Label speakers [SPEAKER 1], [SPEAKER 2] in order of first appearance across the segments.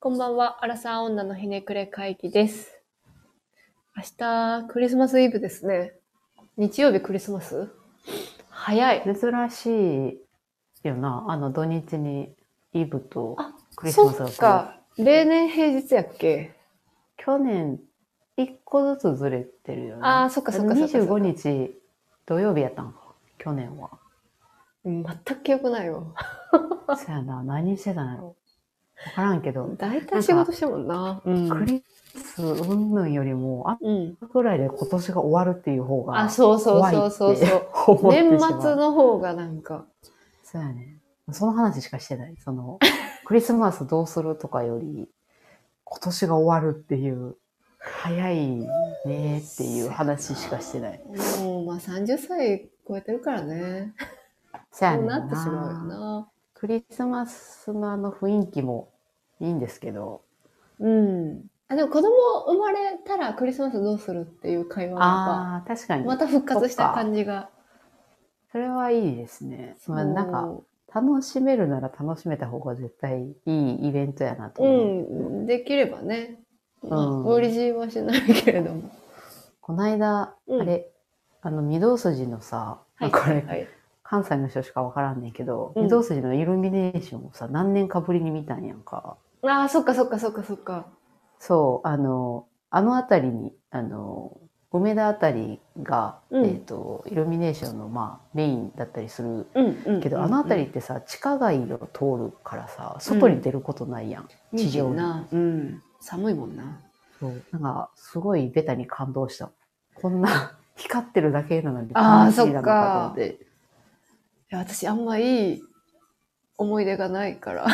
[SPEAKER 1] こんばんは、アラサー女のひねくれ会議です。明日、クリスマスイブですね。日曜日クリスマス早い。
[SPEAKER 2] 珍しいよな。あの、土日にイブと
[SPEAKER 1] あ
[SPEAKER 2] クリス
[SPEAKER 1] そ
[SPEAKER 2] マスが来る。
[SPEAKER 1] っか、例年平日やっけ。
[SPEAKER 2] 去年、一個ずつずれてるよね。
[SPEAKER 1] ああ、そっかそっかそっかそっか。
[SPEAKER 2] 25日土曜日やったんか。去年は。
[SPEAKER 1] うん。全く記憶ないわ。
[SPEAKER 2] そやな。何してたんやろ。わからんけど。
[SPEAKER 1] 大体仕事してもんな。うん
[SPEAKER 2] クリスうんぬんよりも、あ
[SPEAKER 1] うん。
[SPEAKER 2] とぐらいで今年が終わるっていう方が。
[SPEAKER 1] あ、そうそうそうそうそう。
[SPEAKER 2] そう
[SPEAKER 1] 年末。の方がなんか、
[SPEAKER 2] そうやね。その話しかしてない。その、 クリスマスどうするとかより、今年が終わるっていう、早いねっていう話しかしてない。
[SPEAKER 1] もうまあ30歳超えてるからね。
[SPEAKER 2] そうや
[SPEAKER 1] そ
[SPEAKER 2] ね
[SPEAKER 1] うんなってしまうよな。
[SPEAKER 2] クリスマスのあの雰囲気もいいんですけど、
[SPEAKER 1] うん。あ、でも子供生まれたらクリスマスどうするっていう会話が
[SPEAKER 2] ああー、確か
[SPEAKER 1] やっぱま
[SPEAKER 2] に。
[SPEAKER 1] た復活した感じが。
[SPEAKER 2] それはいいですね。まあ、なんか、
[SPEAKER 1] も
[SPEAKER 2] 楽しめるなら楽しめた方が絶対いいイベントやなと
[SPEAKER 1] う、う
[SPEAKER 2] 思う。
[SPEAKER 1] ん、できればね。まあ、
[SPEAKER 2] うん
[SPEAKER 1] 無理強いはしないけれども。
[SPEAKER 2] こないだ、
[SPEAKER 1] うん
[SPEAKER 2] あれ、あの、御堂筋のさ、これ、
[SPEAKER 1] はい。
[SPEAKER 2] 関西の人しかわからんねんけど、
[SPEAKER 1] うん
[SPEAKER 2] 御堂筋のイルミネーションをさ、何年かぶりに見たんやんか。
[SPEAKER 1] ああ、そっかそっかそっかそっか。
[SPEAKER 2] そう、あの、あの辺りに、あの、梅田辺りが、
[SPEAKER 1] うん
[SPEAKER 2] えっ、と、イルミネーションの、まあ、メインだったりする
[SPEAKER 1] うん、うん。
[SPEAKER 2] けど、
[SPEAKER 1] うん
[SPEAKER 2] あの辺りっ、てさ、地下街を通るからさ、外に出ることないやん。
[SPEAKER 1] うん
[SPEAKER 2] 地上に
[SPEAKER 1] 見えへんな。うん。寒いもんな。
[SPEAKER 2] そうなんか、すごいベタに感動した。こんな 光ってるだけなのに、
[SPEAKER 1] あー
[SPEAKER 2] 楽しいなのと思って。
[SPEAKER 1] いや、私あんまいい思い出がないから。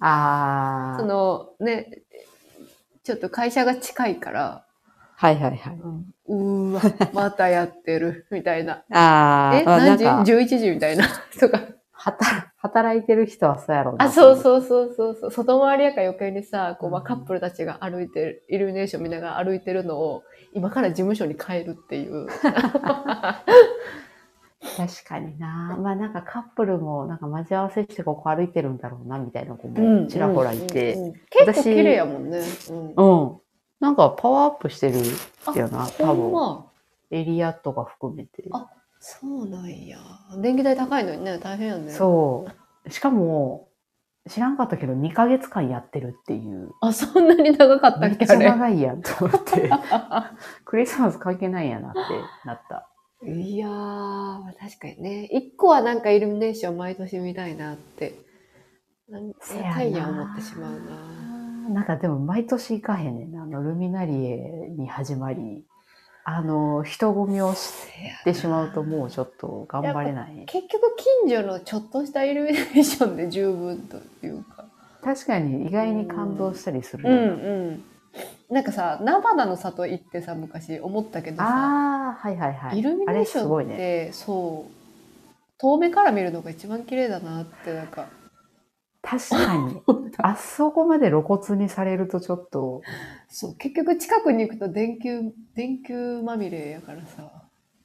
[SPEAKER 2] あ
[SPEAKER 1] そ
[SPEAKER 2] ー。
[SPEAKER 1] のね、ちょっと会社が近いから、
[SPEAKER 2] はいはいはい。
[SPEAKER 1] うーわ、またやってる、みたいな。
[SPEAKER 2] あー
[SPEAKER 1] え、
[SPEAKER 2] あな
[SPEAKER 1] 何
[SPEAKER 2] ん
[SPEAKER 1] 時
[SPEAKER 2] か
[SPEAKER 1] ?11 時みたいな。 とか。
[SPEAKER 2] 働 働いてる人はそうやろうな
[SPEAKER 1] あ、そうそうそうそうそう。外回りやから余計にさ、こう、まあ、カップルたちが歩いてる、イルミネーション見ながら歩いてるのを、今から事務所に帰るっていう。
[SPEAKER 2] 確かになまあなんかカップルもなんか待ち合わせしてここ歩いてるんだろうなみたいな子もちらほらいてう
[SPEAKER 1] うんんうんうん結構綺麗やもんね。うん。
[SPEAKER 2] なんかパワーアップしてるよな多
[SPEAKER 1] ほん
[SPEAKER 2] 分
[SPEAKER 1] ま。
[SPEAKER 2] エリアとか含めて
[SPEAKER 1] あそうなんや。電気代高いのにね、大変やね。う。
[SPEAKER 2] そうしかも知らんかったけど2ヶ月間やってるっていう
[SPEAKER 1] あ、そんなに長かったっ
[SPEAKER 2] めっ
[SPEAKER 1] け
[SPEAKER 2] ちゃ
[SPEAKER 1] あれ。
[SPEAKER 2] 長いやんと思ってクリスマス関係ないんやなってなった
[SPEAKER 1] いやー、まあ確かにね。一個はなんかイルミネーション毎年見たいなって。なん
[SPEAKER 2] せやな
[SPEAKER 1] 高いやん思ってしまうな。
[SPEAKER 2] なんかでも毎年行かへんねんな。あの、ルミナリエに始まり、あの、人混みをし
[SPEAKER 1] せや
[SPEAKER 2] てしまうともうちょっと頑張れない。
[SPEAKER 1] 結局近所のちょっとしたイルミネーションで十分というか。
[SPEAKER 2] 確かに意外に感動したりする。
[SPEAKER 1] うんうん。なんかさ、菜花の里行ってさ、昔思ったけどさ、
[SPEAKER 2] ああ、はいはいはい。
[SPEAKER 1] イルミネーシ
[SPEAKER 2] あれす
[SPEAKER 1] ョ
[SPEAKER 2] ご
[SPEAKER 1] ン
[SPEAKER 2] い
[SPEAKER 1] って、
[SPEAKER 2] ね。
[SPEAKER 1] そう、遠目から見るのが一番綺麗だなって、なんか。
[SPEAKER 2] 確かに。 あそこまで露骨にされるとちょっと、
[SPEAKER 1] そう、結局近くに行くと電球、電球まみれやからさ。
[SPEAKER 2] あ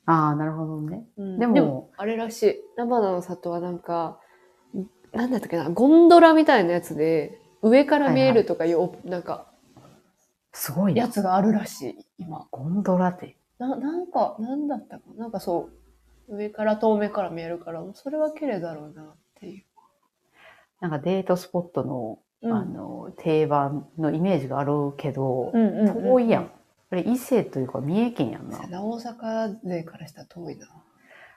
[SPEAKER 2] あ、なるほどね。
[SPEAKER 1] うん
[SPEAKER 2] でも
[SPEAKER 1] あれらしい。菜花の里はなんか、なんだったっけな、ゴンドラみたいなやつで、上から見えるとかいう、おなんか、
[SPEAKER 2] すごい
[SPEAKER 1] や
[SPEAKER 2] ね。
[SPEAKER 1] つがあるらしい、今。
[SPEAKER 2] ゴンドラって。
[SPEAKER 1] な、なんか、なんだったかな。なんかそう、上から遠目から見えるから、もうそれは綺麗だろうなっていう。
[SPEAKER 2] なんかデートスポットの、
[SPEAKER 1] うん
[SPEAKER 2] あの、定番のイメージがあるけど、
[SPEAKER 1] うんうんうん
[SPEAKER 2] 遠いやん。あれ、伊勢というか三重県やんな
[SPEAKER 1] そう。やな大阪勢からしたら遠いな。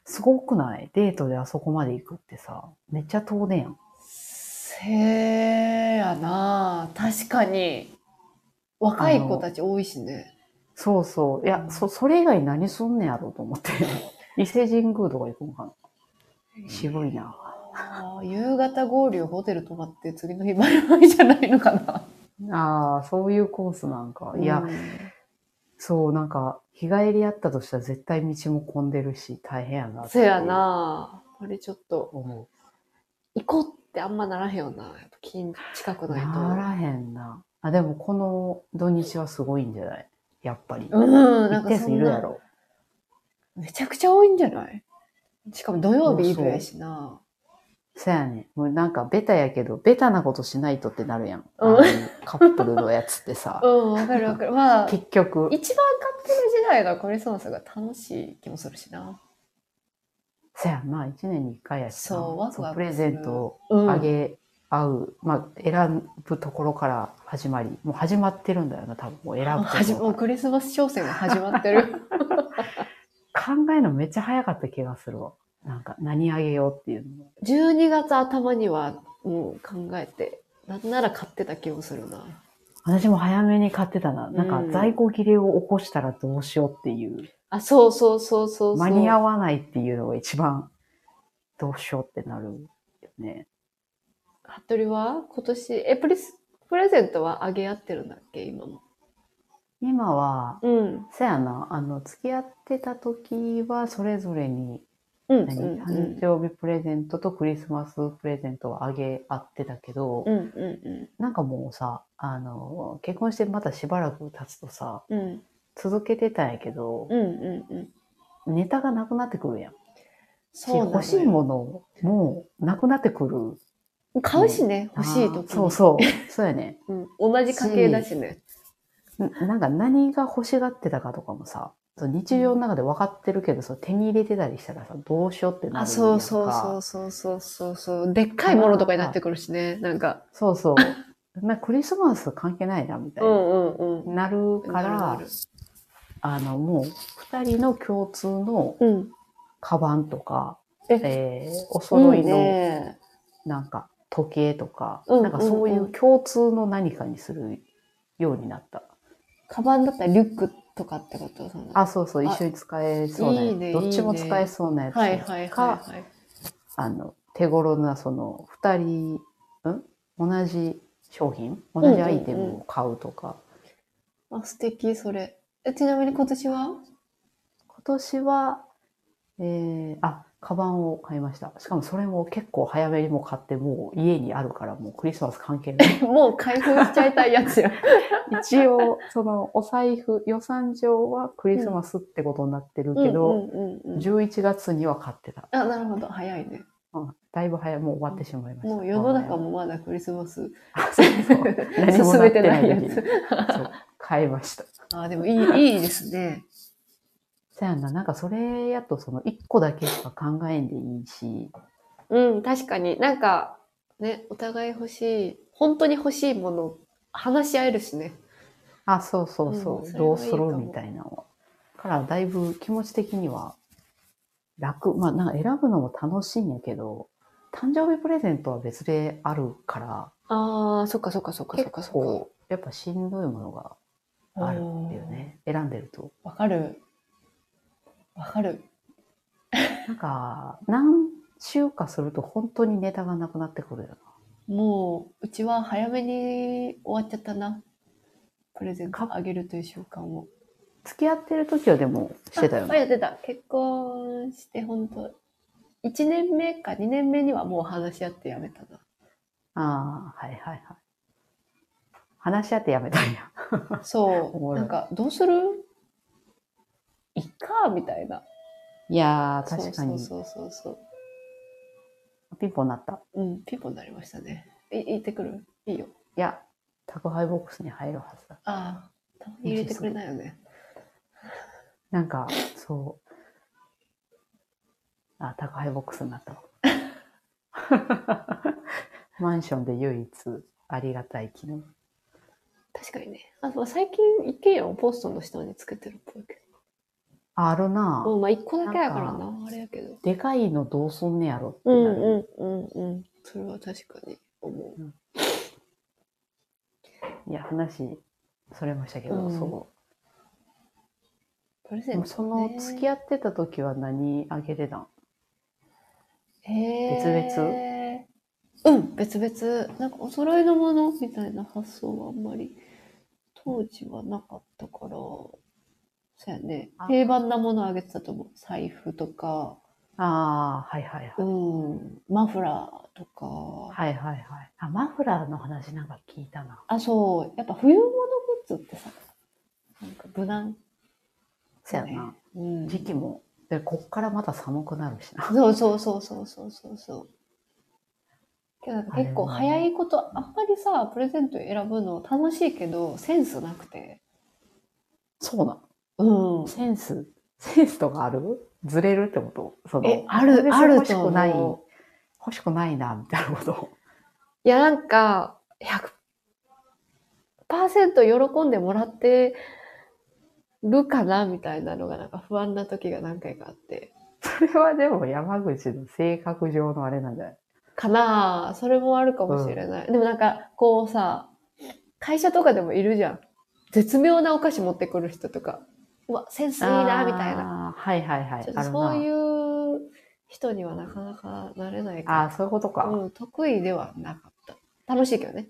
[SPEAKER 2] すごくないデートであそこまで行くってさ、めっちゃ遠出やん。
[SPEAKER 1] せーやな確かに。若い子たち多いしね。
[SPEAKER 2] そうそう。いや、そ、それ以外何すんねやろうと思って。 伊勢神宮とか行くんかな。渋いな。
[SPEAKER 1] あー夕方合流ホテル泊まって次の日バイバイじゃないのかな。
[SPEAKER 2] ああ、そういうコースなんか。いや、
[SPEAKER 1] うん
[SPEAKER 2] そう、なんか、日帰りやったとしたら絶対道も混んでるし、大変やな。
[SPEAKER 1] せや。なあれちょっと、
[SPEAKER 2] 思
[SPEAKER 1] 行こうってあんまならへんよな。やっぱ近近く
[SPEAKER 2] う。
[SPEAKER 1] ない
[SPEAKER 2] な
[SPEAKER 1] と。
[SPEAKER 2] らへんな。あ、でもこの土日はすごいんじゃないやっぱり。
[SPEAKER 1] うん、なん
[SPEAKER 2] 一
[SPEAKER 1] か
[SPEAKER 2] 定
[SPEAKER 1] そ
[SPEAKER 2] 数
[SPEAKER 1] ん
[SPEAKER 2] いるや
[SPEAKER 1] な、
[SPEAKER 2] ろ。
[SPEAKER 1] めちゃくちゃ多いんじゃないしかも土曜日イブやしな。
[SPEAKER 2] そやね。もうなんかベタやけど、ベタなことしないとってなるやん。あ
[SPEAKER 1] うん
[SPEAKER 2] のカップルのやつって さ
[SPEAKER 1] う。ん、わかるわかる。まあ、一
[SPEAKER 2] 結局
[SPEAKER 1] 番カッ、プル時代がクリスマスが楽しい気もするしな。
[SPEAKER 2] そやな、一年に一回やしな
[SPEAKER 1] そうワクワク
[SPEAKER 2] プレゼントを
[SPEAKER 1] うん。
[SPEAKER 2] あげ合う、まあ、選ぶところから始まり、もう始まってるんだよな、多分。もう選ぶ
[SPEAKER 1] あ
[SPEAKER 2] とこ
[SPEAKER 1] 始ま
[SPEAKER 2] ろ
[SPEAKER 1] もうクリスマス商戦が始まって る。
[SPEAKER 2] から考えるのめっちゃ早かった気がするわ。なんか、何あげようっていうのも。
[SPEAKER 1] 12月頭にはもう考えて、なんなら買ってた気もするな。
[SPEAKER 2] 私も早めに買ってたな。なん
[SPEAKER 1] う
[SPEAKER 2] か
[SPEAKER 1] ん、
[SPEAKER 2] 在庫切れを起こしたらどうしようっていう。
[SPEAKER 1] あ、そうそうそうそうそう。
[SPEAKER 2] 間に合わないっていうのが一番どうしようってなるよね。
[SPEAKER 1] 服部は今年、え、プレス、プレゼントはあげ合ってるんだっけ今も。
[SPEAKER 2] 今は、
[SPEAKER 1] うん。
[SPEAKER 2] せやな、あの、付き合ってた時はそれぞれに、
[SPEAKER 1] うん。うん。
[SPEAKER 2] 何、誕生日プレゼントとクリスマスプレゼントをあげ合ってたけど、
[SPEAKER 1] うん。う
[SPEAKER 2] なんかもうさ、あの、結婚してまたしばらく経つとさ、
[SPEAKER 1] ん。うん。
[SPEAKER 2] 続けてたんやけど
[SPEAKER 1] うん。う、ん。うん。うん。
[SPEAKER 2] ネタがなくなってくるやん。
[SPEAKER 1] そうなのよ
[SPEAKER 2] 欲しいもの、もうなくなってくる。
[SPEAKER 1] 買うしね、欲しい
[SPEAKER 2] と
[SPEAKER 1] 時に。
[SPEAKER 2] そうそう。そうやね。
[SPEAKER 1] うん。同じ家系だしね。
[SPEAKER 2] ななんか何が欲しがってたかとかもさ、そう日常の中で分かってるけど、そう手に入れてたりしたらさ、どうしようってなるやん
[SPEAKER 1] あ、
[SPEAKER 2] か
[SPEAKER 1] そうそうそうそうそうそうそう。でっかいものとかになってくるしね。なんか。
[SPEAKER 2] そうそう。 まあ、クリスマス関係ないな、みた
[SPEAKER 1] う
[SPEAKER 2] いな。
[SPEAKER 1] んうんうん。
[SPEAKER 2] なるか
[SPEAKER 1] なるな
[SPEAKER 2] ら
[SPEAKER 1] る、
[SPEAKER 2] あの、もう、二人の共通の
[SPEAKER 1] うん。
[SPEAKER 2] カバンとか、
[SPEAKER 1] え
[SPEAKER 2] えー、お揃い
[SPEAKER 1] いい
[SPEAKER 2] の、
[SPEAKER 1] ね
[SPEAKER 2] なんか、時計とか、
[SPEAKER 1] うん
[SPEAKER 2] なんかそういう共通の何かにするようになった。
[SPEAKER 1] カバンだったらリュックとかってことその
[SPEAKER 2] あ、そうそう、一緒に使えそうなやつ。
[SPEAKER 1] いいね
[SPEAKER 2] どっちも
[SPEAKER 1] いいね
[SPEAKER 2] 使えそうなやつとか、
[SPEAKER 1] はいはいはいはい。
[SPEAKER 2] あの、手頃な、その、二人、ん同じ商品
[SPEAKER 1] んうん
[SPEAKER 2] 同じアイテムを買うとか。
[SPEAKER 1] あ、素敵、それ。え、ちなみに今年は
[SPEAKER 2] 今年は、えー、あ、カバンを買いました。しかもそれも結構早めにも買って、もう家にあるから、もうクリスマス関係 ない。
[SPEAKER 1] もう開封しちゃいたいやつや。
[SPEAKER 2] 一応、その、お財布、予算上はクリスマスってことになってる けど、
[SPEAKER 1] うんうんうんうん、
[SPEAKER 2] 11月には買ってた、
[SPEAKER 1] あ、なるほど、早いね。
[SPEAKER 2] うんだいぶ早い、もう終わってしまいました。
[SPEAKER 1] もう世の中もまだクリスマス
[SPEAKER 2] あ。 そうそう何
[SPEAKER 1] 進
[SPEAKER 2] もなっ
[SPEAKER 1] め
[SPEAKER 2] て
[SPEAKER 1] て
[SPEAKER 2] な
[SPEAKER 1] ないい
[SPEAKER 2] 時
[SPEAKER 1] や
[SPEAKER 2] に。
[SPEAKER 1] つ。
[SPEAKER 2] そう買いました。
[SPEAKER 1] あ、でもいい、いいですね。
[SPEAKER 2] そやんな、なんかそれやとその一個だけしか考えんでいいし、
[SPEAKER 1] うん、確かになんか、ね、お互い欲しい、本当に欲しいもの、話し合えるしね。
[SPEAKER 2] あ、そうそうそう、
[SPEAKER 1] うんそれ
[SPEAKER 2] ど
[SPEAKER 1] は
[SPEAKER 2] う
[SPEAKER 1] いい
[SPEAKER 2] す
[SPEAKER 1] か
[SPEAKER 2] る
[SPEAKER 1] も
[SPEAKER 2] みたいなのは。から、だいぶ気持ち的には楽。まあ、なんか選ぶのも楽しいんやけど、誕生日プレゼントは別であるから、
[SPEAKER 1] ああ、そっかそっかそっかそ
[SPEAKER 2] 結
[SPEAKER 1] っかそっか。
[SPEAKER 2] 構、やっぱしんどいものがあるっていうね、選んでると。
[SPEAKER 1] うん。わかる。わかる。
[SPEAKER 2] なんか、何週かすると本当にネタがなくなってくるよな。
[SPEAKER 1] もう、うちは早めに終わっちゃったな。プレゼントあげるという習慣を。
[SPEAKER 2] 付き合ってる時はでもしてたよ
[SPEAKER 1] あ
[SPEAKER 2] ね。
[SPEAKER 1] やってた。結婚して、本当1年目か2年目にはもう話し合ってやめた
[SPEAKER 2] ああ、はいはいはい。話し合ってやめたんや。
[SPEAKER 1] な。そ
[SPEAKER 2] おも
[SPEAKER 1] う。
[SPEAKER 2] ろい
[SPEAKER 1] なんか、どうするいっか、みたいな。
[SPEAKER 2] いやー、確かに。
[SPEAKER 1] そうそうそう
[SPEAKER 2] ピンポンなった。
[SPEAKER 1] そう。うん、ピンポンになりましたね。い、行ってくるいいよ。
[SPEAKER 2] いや、宅配ボックスに入るはずだ。
[SPEAKER 1] ああ、たまに入れてくれないよね。
[SPEAKER 2] なんか、そう。あ、宅配ボックスになったわ。 マンションで唯一ありがたい機能。
[SPEAKER 1] 確かにね。あ、そう最近、一軒家をポストの下につけてるっぽいけ
[SPEAKER 2] あ、あるな
[SPEAKER 1] ど。うん、まあ、一個だけやから
[SPEAKER 2] な
[SPEAKER 1] な、あれやけど。
[SPEAKER 2] でかいのどうすんねやろって
[SPEAKER 1] う
[SPEAKER 2] な
[SPEAKER 1] ん
[SPEAKER 2] る。
[SPEAKER 1] うんうんうん。それは確かに思
[SPEAKER 2] いや、話、それましたけど、
[SPEAKER 1] うん。
[SPEAKER 2] そう
[SPEAKER 1] プレ
[SPEAKER 2] う。
[SPEAKER 1] ゼ
[SPEAKER 2] で
[SPEAKER 1] ン
[SPEAKER 2] も
[SPEAKER 1] ト、
[SPEAKER 2] その、付き合ってた時は何あげれたん
[SPEAKER 1] へーうん、別々。なんかお揃いのものみたいな発想はあんまり当時はなかったから、そうやね
[SPEAKER 2] あ。
[SPEAKER 1] 定番なものあげてたと思う。財布とか、
[SPEAKER 2] ああ、はいはいはい。
[SPEAKER 1] うん、マフラーとか。
[SPEAKER 2] はいはいはい。あ、マフラーの話なんか聞いたな。
[SPEAKER 1] あ、そう。やっぱ冬物グッズってさ、なんか無難。
[SPEAKER 2] そやな。
[SPEAKER 1] うん。
[SPEAKER 2] 時期も。で、こっからまた寒くなるしな。
[SPEAKER 1] そうそうそうそうそうそうそう。けどなんか結構早いこと、あんまりさ、プレゼント選ぶの楽しいけど、センスなくて。
[SPEAKER 2] そうな
[SPEAKER 1] うん
[SPEAKER 2] の。センス、センスとかあるずれるってことその
[SPEAKER 1] え、ある、
[SPEAKER 2] 別に
[SPEAKER 1] ある
[SPEAKER 2] 欲し
[SPEAKER 1] と
[SPEAKER 2] くない、
[SPEAKER 1] 思う
[SPEAKER 2] 欲。しくないな、みたいなこと。
[SPEAKER 1] いや、なんか、100%喜んでもらってるかなみたいなのが、なんか不安な時が何回かあって。
[SPEAKER 2] それはでも山口の性格上のあれなんじゃない
[SPEAKER 1] かなあそれもあるかもしれない。でもなんか、こうさ、会社とかでもいるじゃん。絶妙なお菓子持ってくる人とか。うわ、センスいいな、みたいな。
[SPEAKER 2] な。はいはいはい。
[SPEAKER 1] ちょっと
[SPEAKER 2] ある
[SPEAKER 1] そう
[SPEAKER 2] な
[SPEAKER 1] いう人にはなかなかなれない
[SPEAKER 2] あ
[SPEAKER 1] か
[SPEAKER 2] あ、そういうこと
[SPEAKER 1] ら。
[SPEAKER 2] か。
[SPEAKER 1] うん、得意ではなかった。楽しいけどね。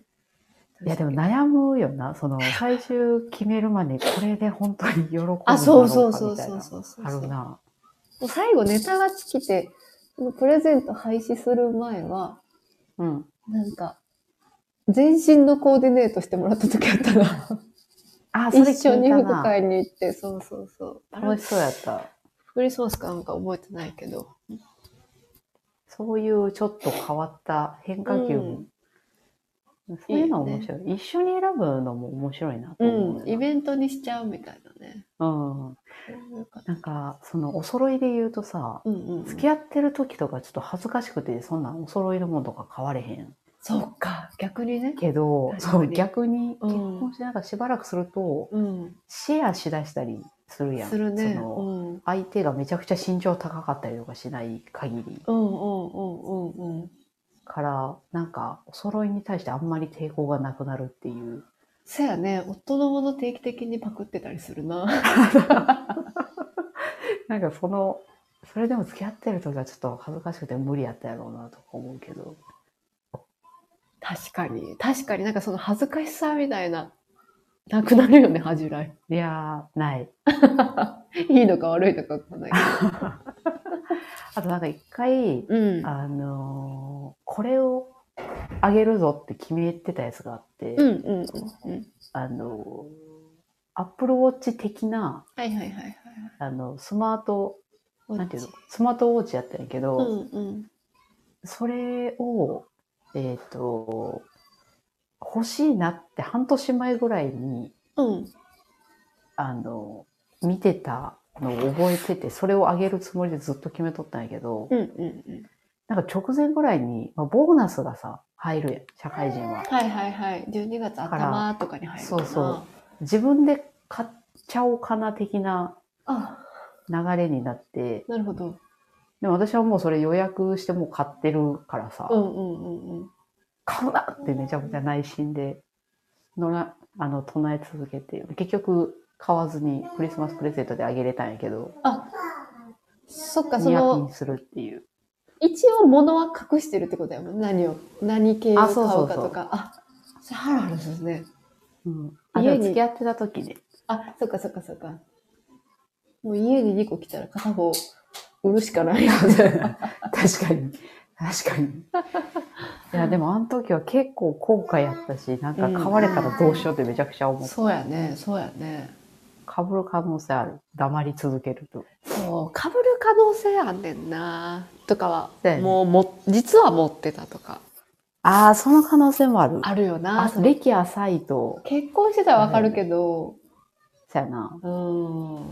[SPEAKER 2] いやでも悩むよな。その、 最終決めるまでこれで本当に喜ぶんだろうか
[SPEAKER 1] あ、
[SPEAKER 2] み
[SPEAKER 1] そうそうそう
[SPEAKER 2] たい
[SPEAKER 1] そ
[SPEAKER 2] な
[SPEAKER 1] うそうそう。
[SPEAKER 2] あるな。
[SPEAKER 1] もう最後ネタが尽きて、そのプレゼント廃止する前は、
[SPEAKER 2] うん。
[SPEAKER 1] なんか、全身のコーディネートしてもらった時あったら、
[SPEAKER 2] あ、それ
[SPEAKER 1] 一
[SPEAKER 2] 聞
[SPEAKER 1] 緒
[SPEAKER 2] い
[SPEAKER 1] に
[SPEAKER 2] た
[SPEAKER 1] 服
[SPEAKER 2] な。
[SPEAKER 1] 買いに行って、そうそうそう。あ
[SPEAKER 2] 楽
[SPEAKER 1] れ
[SPEAKER 2] し、そうやった。
[SPEAKER 1] クリスマスかなんか覚えてないけど。
[SPEAKER 2] そういうちょっと変わった変化球も。そういうの面白い一緒に選ぶのも面白いなと
[SPEAKER 1] う
[SPEAKER 2] 思うよ
[SPEAKER 1] ん、
[SPEAKER 2] な。
[SPEAKER 1] イベントにしちゃうみたいなね。
[SPEAKER 2] うん。なんか、そのお揃いで言うとさ、
[SPEAKER 1] うんうん。
[SPEAKER 2] 付き合ってる時とかちょっと恥ずかしくて、そんなんお揃いのものとか買われへん。
[SPEAKER 1] そうか、逆にね。
[SPEAKER 2] けど、
[SPEAKER 1] 確か
[SPEAKER 2] そう
[SPEAKER 1] に
[SPEAKER 2] 逆に
[SPEAKER 1] う
[SPEAKER 2] 結
[SPEAKER 1] ん
[SPEAKER 2] 婚してなんかしばらくすると、
[SPEAKER 1] うん。
[SPEAKER 2] シェアしだしたりするやん。
[SPEAKER 1] するね。
[SPEAKER 2] そうの
[SPEAKER 1] ん。
[SPEAKER 2] 相手がめちゃくちゃ身長高かったりとかしない限り
[SPEAKER 1] うんうんうんうんうん。
[SPEAKER 2] から、なんかお揃いに対してあんまり抵抗がなくなるっていう。
[SPEAKER 1] せやね、夫のもの定期的にパクってたりするな。
[SPEAKER 2] なんかその、それでも付き合ってる時はちょっと恥ずかしくて無理やったやろうなとか思うけど。
[SPEAKER 1] 確かに。確かになんかその恥ずかしさみたいな、なくなるよね、恥じらい。
[SPEAKER 2] いやー、ない。
[SPEAKER 1] いいのか悪いのかわかんないけ
[SPEAKER 2] あとなんか一回、
[SPEAKER 1] ど。うん。
[SPEAKER 2] あのーこれをあげるぞって決めてたやつがあって、
[SPEAKER 1] うんうんうんうん。
[SPEAKER 2] あのー、Apple Watch 的な、
[SPEAKER 1] はいはいはいはい。
[SPEAKER 2] あの、スマート、
[SPEAKER 1] お
[SPEAKER 2] なんていうのスマートウォッチやったんやけど、
[SPEAKER 1] うんうん。
[SPEAKER 2] それを、えっ、と、欲しいなって半年前ぐらいに、
[SPEAKER 1] うん。
[SPEAKER 2] あの、見てたのを覚えてて、それをあげるつもりでずっと決めとったんやけど、
[SPEAKER 1] うんうんうん。
[SPEAKER 2] なんか直前ぐらいに、まあ、ボーナスがさ、入るやん、社会人は。
[SPEAKER 1] はいはいはい。12月頭とかに入るかな。
[SPEAKER 2] そうそう。自分で買っちゃおうかな的な
[SPEAKER 1] あ、
[SPEAKER 2] 流れになって、
[SPEAKER 1] なるほど。
[SPEAKER 2] でも私はもうそれ予約してもう買ってるからさ、
[SPEAKER 1] うんうんうんうん。
[SPEAKER 2] 買うなってめちゃくちゃ内心でのらあの唱え続けて、結局買わずにクリスマスプレゼントであげれたんやけど、
[SPEAKER 1] そっか、そ
[SPEAKER 2] ニヤピ
[SPEAKER 1] の
[SPEAKER 2] ン、するっていう。
[SPEAKER 1] 一応物は隠してるってことやもん。何を、何系を
[SPEAKER 2] あ
[SPEAKER 1] 買
[SPEAKER 2] そうそうそう
[SPEAKER 1] うかとか。あ、それハラハラするね。
[SPEAKER 2] うん、あ
[SPEAKER 1] 家に
[SPEAKER 2] でも付き合ってた時ね。
[SPEAKER 1] あ、そっかそっかそっか。もう家に2個来たら片方売るしかないよ
[SPEAKER 2] 確
[SPEAKER 1] ね。
[SPEAKER 2] かに。確かに。いや、でもあの時は結構後悔やったし、なんか買われたらどうしようってめちゃくちゃ思う。
[SPEAKER 1] そうやね、そうやね。
[SPEAKER 2] かぶる可能性ある。黙り続けると。
[SPEAKER 1] そう、かぶる可能性あんねんな。とかは、
[SPEAKER 2] そうやね
[SPEAKER 1] もうも、実は持ってたとか。
[SPEAKER 2] ああ、その可能性もある。
[SPEAKER 1] あるよな。
[SPEAKER 2] あ
[SPEAKER 1] それ
[SPEAKER 2] 歴浅いと、
[SPEAKER 1] 結婚してたらわかるけど、
[SPEAKER 2] そやな。
[SPEAKER 1] うーん。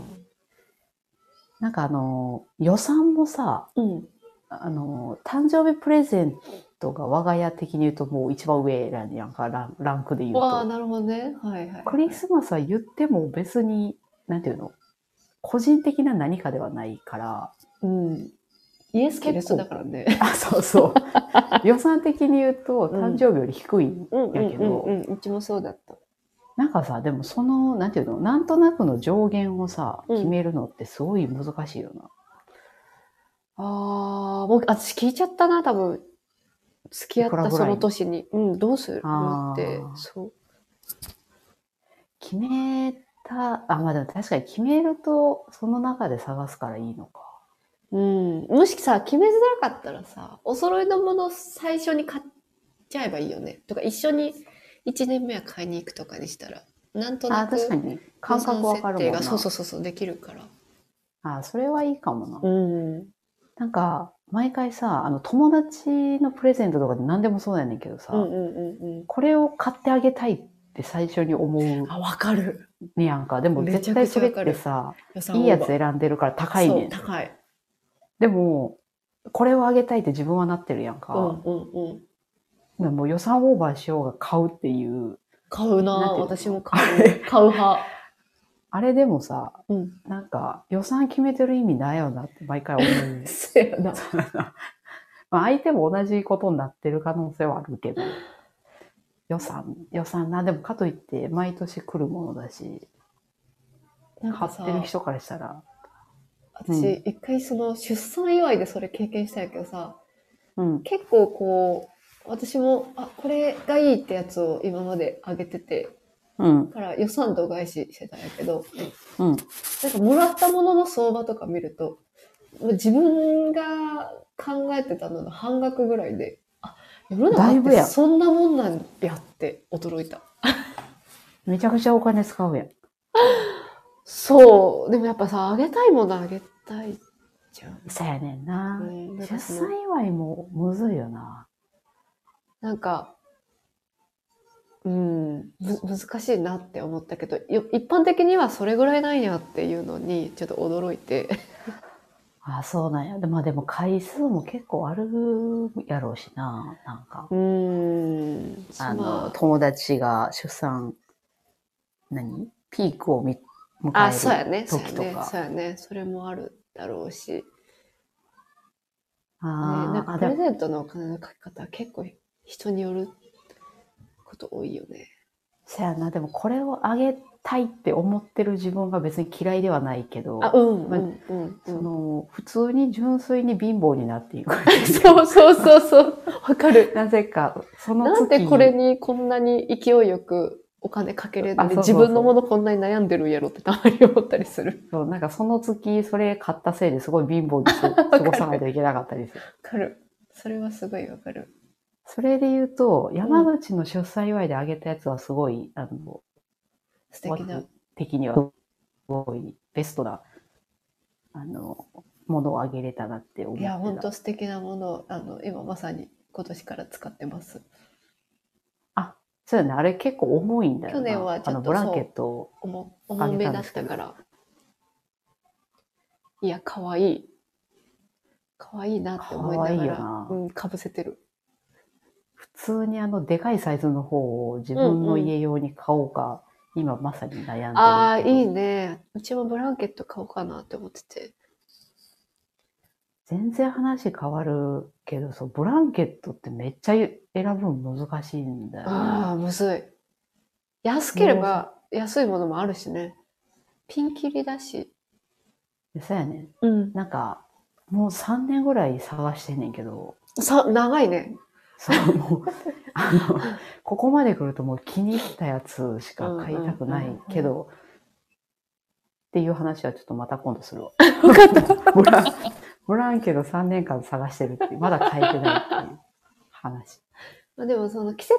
[SPEAKER 2] なんかあのー、予算もさ、
[SPEAKER 1] うん。
[SPEAKER 2] あのー、誕生日プレゼントが我が家的に言うともう一番上なんやんか、ランランクで言う
[SPEAKER 1] わあ、
[SPEAKER 2] と。
[SPEAKER 1] なるほどね。はいはい。
[SPEAKER 2] クリスマスは言っても別に、なんていうの個人的な何かではないから、
[SPEAKER 1] うん。イエスキリストだからね。
[SPEAKER 2] あ、そう そう。予算的に言うと、
[SPEAKER 1] うん
[SPEAKER 2] 誕生日より低い。
[SPEAKER 1] うん
[SPEAKER 2] やけど
[SPEAKER 1] うん、うん。うちもそうだった。
[SPEAKER 2] なんかさ、でもその、なんていうの、なんとなくの上限をさ、
[SPEAKER 1] うん
[SPEAKER 2] 決めるのってすごい難しいよな。
[SPEAKER 1] ああ、もう、私聞いちゃったな、多分。付き合っ
[SPEAKER 2] いくら
[SPEAKER 1] た
[SPEAKER 2] ぐ
[SPEAKER 1] そ
[SPEAKER 2] らい
[SPEAKER 1] の年に。うん、どうする
[SPEAKER 2] あー
[SPEAKER 1] って。そう。
[SPEAKER 2] 決めた、あ、まあでも確かに決めると、その中で探すからいいのか。
[SPEAKER 1] うん。もしさ、決めづらかったらさ、お揃いのもの最初に買っちゃえばいいよね。とか、一緒に1年目は買いに行くとかにしたら、なんとな
[SPEAKER 2] あ、
[SPEAKER 1] く、
[SPEAKER 2] 確かに。感覚わか
[SPEAKER 1] 予算設
[SPEAKER 2] るもん
[SPEAKER 1] 定が
[SPEAKER 2] な。
[SPEAKER 1] そうそうそうそう、できるから。
[SPEAKER 2] あ、それはいいかもな。
[SPEAKER 1] うん。
[SPEAKER 2] なんか、毎回さ、あの、友達のプレゼントとかで何でもそうやねんけどさ、
[SPEAKER 1] うんうんうんうん。
[SPEAKER 2] これを買ってあげたいって最初に思う
[SPEAKER 1] あ、わかる。
[SPEAKER 2] ねやんか。でも
[SPEAKER 1] めち
[SPEAKER 2] 絶
[SPEAKER 1] ゃく
[SPEAKER 2] 対
[SPEAKER 1] ち
[SPEAKER 2] そ
[SPEAKER 1] ゃ
[SPEAKER 2] れ
[SPEAKER 1] わか
[SPEAKER 2] っ
[SPEAKER 1] る
[SPEAKER 2] てさ、
[SPEAKER 1] 予算
[SPEAKER 2] いいやつ
[SPEAKER 1] オー
[SPEAKER 2] 選んでるから
[SPEAKER 1] バ
[SPEAKER 2] 高
[SPEAKER 1] ー
[SPEAKER 2] いねん
[SPEAKER 1] そう、。高い。
[SPEAKER 2] でも、これをあげたいって自分はなってるやん
[SPEAKER 1] うん
[SPEAKER 2] か。
[SPEAKER 1] うんうん。
[SPEAKER 2] でも予算オーバーしようが買うっていう。
[SPEAKER 1] 買うな
[SPEAKER 2] な
[SPEAKER 1] ぁ
[SPEAKER 2] んていうの
[SPEAKER 1] 私も買う。買う 派。
[SPEAKER 2] あれでもさ、
[SPEAKER 1] うん。
[SPEAKER 2] なんか予算決めてる意味ないよなって毎回思う
[SPEAKER 1] せや な。
[SPEAKER 2] まあ相手も同じことになってる可能性はあるけど、予算、予算な、でもかといって毎年来るものだし、
[SPEAKER 1] なん
[SPEAKER 2] 買
[SPEAKER 1] か
[SPEAKER 2] って
[SPEAKER 1] さ、
[SPEAKER 2] る人からしたら、うん
[SPEAKER 1] 私、一回その出産祝いでそれ経験したんやけどさ、
[SPEAKER 2] うん、
[SPEAKER 1] 結構こう、私も、あ、これがいいってやつを今まであげてて、
[SPEAKER 2] うん、
[SPEAKER 1] から予算度外視してたんやけど、
[SPEAKER 2] うん、
[SPEAKER 1] なんかもらったものの相場とか見ると、もう自分が考えてたのの半額ぐらいで、あ、世の
[SPEAKER 2] だい
[SPEAKER 1] 中っ
[SPEAKER 2] ぶ
[SPEAKER 1] て
[SPEAKER 2] や
[SPEAKER 1] そんなもんなんやって驚いた。
[SPEAKER 2] めちゃくちゃお金使うやん。
[SPEAKER 1] そう。でもやっぱさ、あげたいものあげたいじゃん。
[SPEAKER 2] そうやねんな。
[SPEAKER 1] うんなん
[SPEAKER 2] 出
[SPEAKER 1] かその
[SPEAKER 2] 産祝いもむずいよな。
[SPEAKER 1] なんか、うん、む難しいなって思ったけど、よ一般的にはそれぐらいなんやっていうのに、ちょっと驚いて。
[SPEAKER 2] あ、そうなんや。でまあでも回数も結構あるやろうしな。なんか。
[SPEAKER 1] うん。ま
[SPEAKER 2] あの、友達が出産、何ピークを見迎える時とか。
[SPEAKER 1] あ、そうやね。そうやね。そうやね。それもあるだろうし。ね、な
[SPEAKER 2] あ
[SPEAKER 1] ん
[SPEAKER 2] ー
[SPEAKER 1] かプ
[SPEAKER 2] あで
[SPEAKER 1] レ
[SPEAKER 2] も
[SPEAKER 1] ゼントのお金の書き方は結構人によること多いよね。
[SPEAKER 2] そうやな。でもこれをあげたいって思ってる自分が別に嫌いではないけど、
[SPEAKER 1] あ、うん、う
[SPEAKER 2] まあ
[SPEAKER 1] ん、うん。
[SPEAKER 2] その、普通に純粋に貧乏になって いく。
[SPEAKER 1] そうそうそうそう。わか る。
[SPEAKER 2] なぜか、その
[SPEAKER 1] なん
[SPEAKER 2] 月
[SPEAKER 1] でこれにこんなに勢いよくお金かけれんのに
[SPEAKER 2] あそうそ
[SPEAKER 1] 自
[SPEAKER 2] うそう
[SPEAKER 1] 分のものこんなに悩んでるんやろってたまに思ったりする。
[SPEAKER 2] そう、なんかその月、それ買ったせいですごい貧乏 に過ご過ごさないといけなかったりする。
[SPEAKER 1] わかる。それはすごいわかる。
[SPEAKER 2] それで言うと、山口の出産祝いであげたやつはすごい、あの、
[SPEAKER 1] 素敵な。
[SPEAKER 2] 的には、すごいベストな、あの、ものをあげれたなって思っ
[SPEAKER 1] い
[SPEAKER 2] てた。
[SPEAKER 1] や、ほんと素敵なものを、あの、今まさに今年から使ってます。
[SPEAKER 2] そうやね、あれ結構重いんだよな。
[SPEAKER 1] 去年はちょっと
[SPEAKER 2] あの、ブランケット、
[SPEAKER 1] 重重めだったから。いや、かわいい。かわいいなって思いな
[SPEAKER 2] 可愛
[SPEAKER 1] が
[SPEAKER 2] い
[SPEAKER 1] ら、
[SPEAKER 2] よな
[SPEAKER 1] うん、かぶせてる。
[SPEAKER 2] 普通にあの、でかいサイズの方を自分
[SPEAKER 1] う
[SPEAKER 2] の
[SPEAKER 1] んうん
[SPEAKER 2] 家用に買おうか、今まさに悩んでるけど。
[SPEAKER 1] ああ、いいね。うちもブランケット買おうかなって思ってて。
[SPEAKER 2] 全然話変わるけど、そう、ブランケットってめっちゃ選ぶの難しいんだよね。
[SPEAKER 1] ああ、むずい。安ければ安いものもあるしね。ピンキリだし。
[SPEAKER 2] でそうやね。
[SPEAKER 1] うん。
[SPEAKER 2] なんか、もう3年ぐらい探してんねんけど、
[SPEAKER 1] さ、長いね。
[SPEAKER 2] そう、もう、あの、ここまで来るともう気に入ったやつしか買いたくないけど、っていう話はちょっとまた今度するわ。
[SPEAKER 1] 分かった。
[SPEAKER 2] ブラン、ブランケット3年間探してるっていう、まだ買えてないっていう話。
[SPEAKER 1] まあでもその季節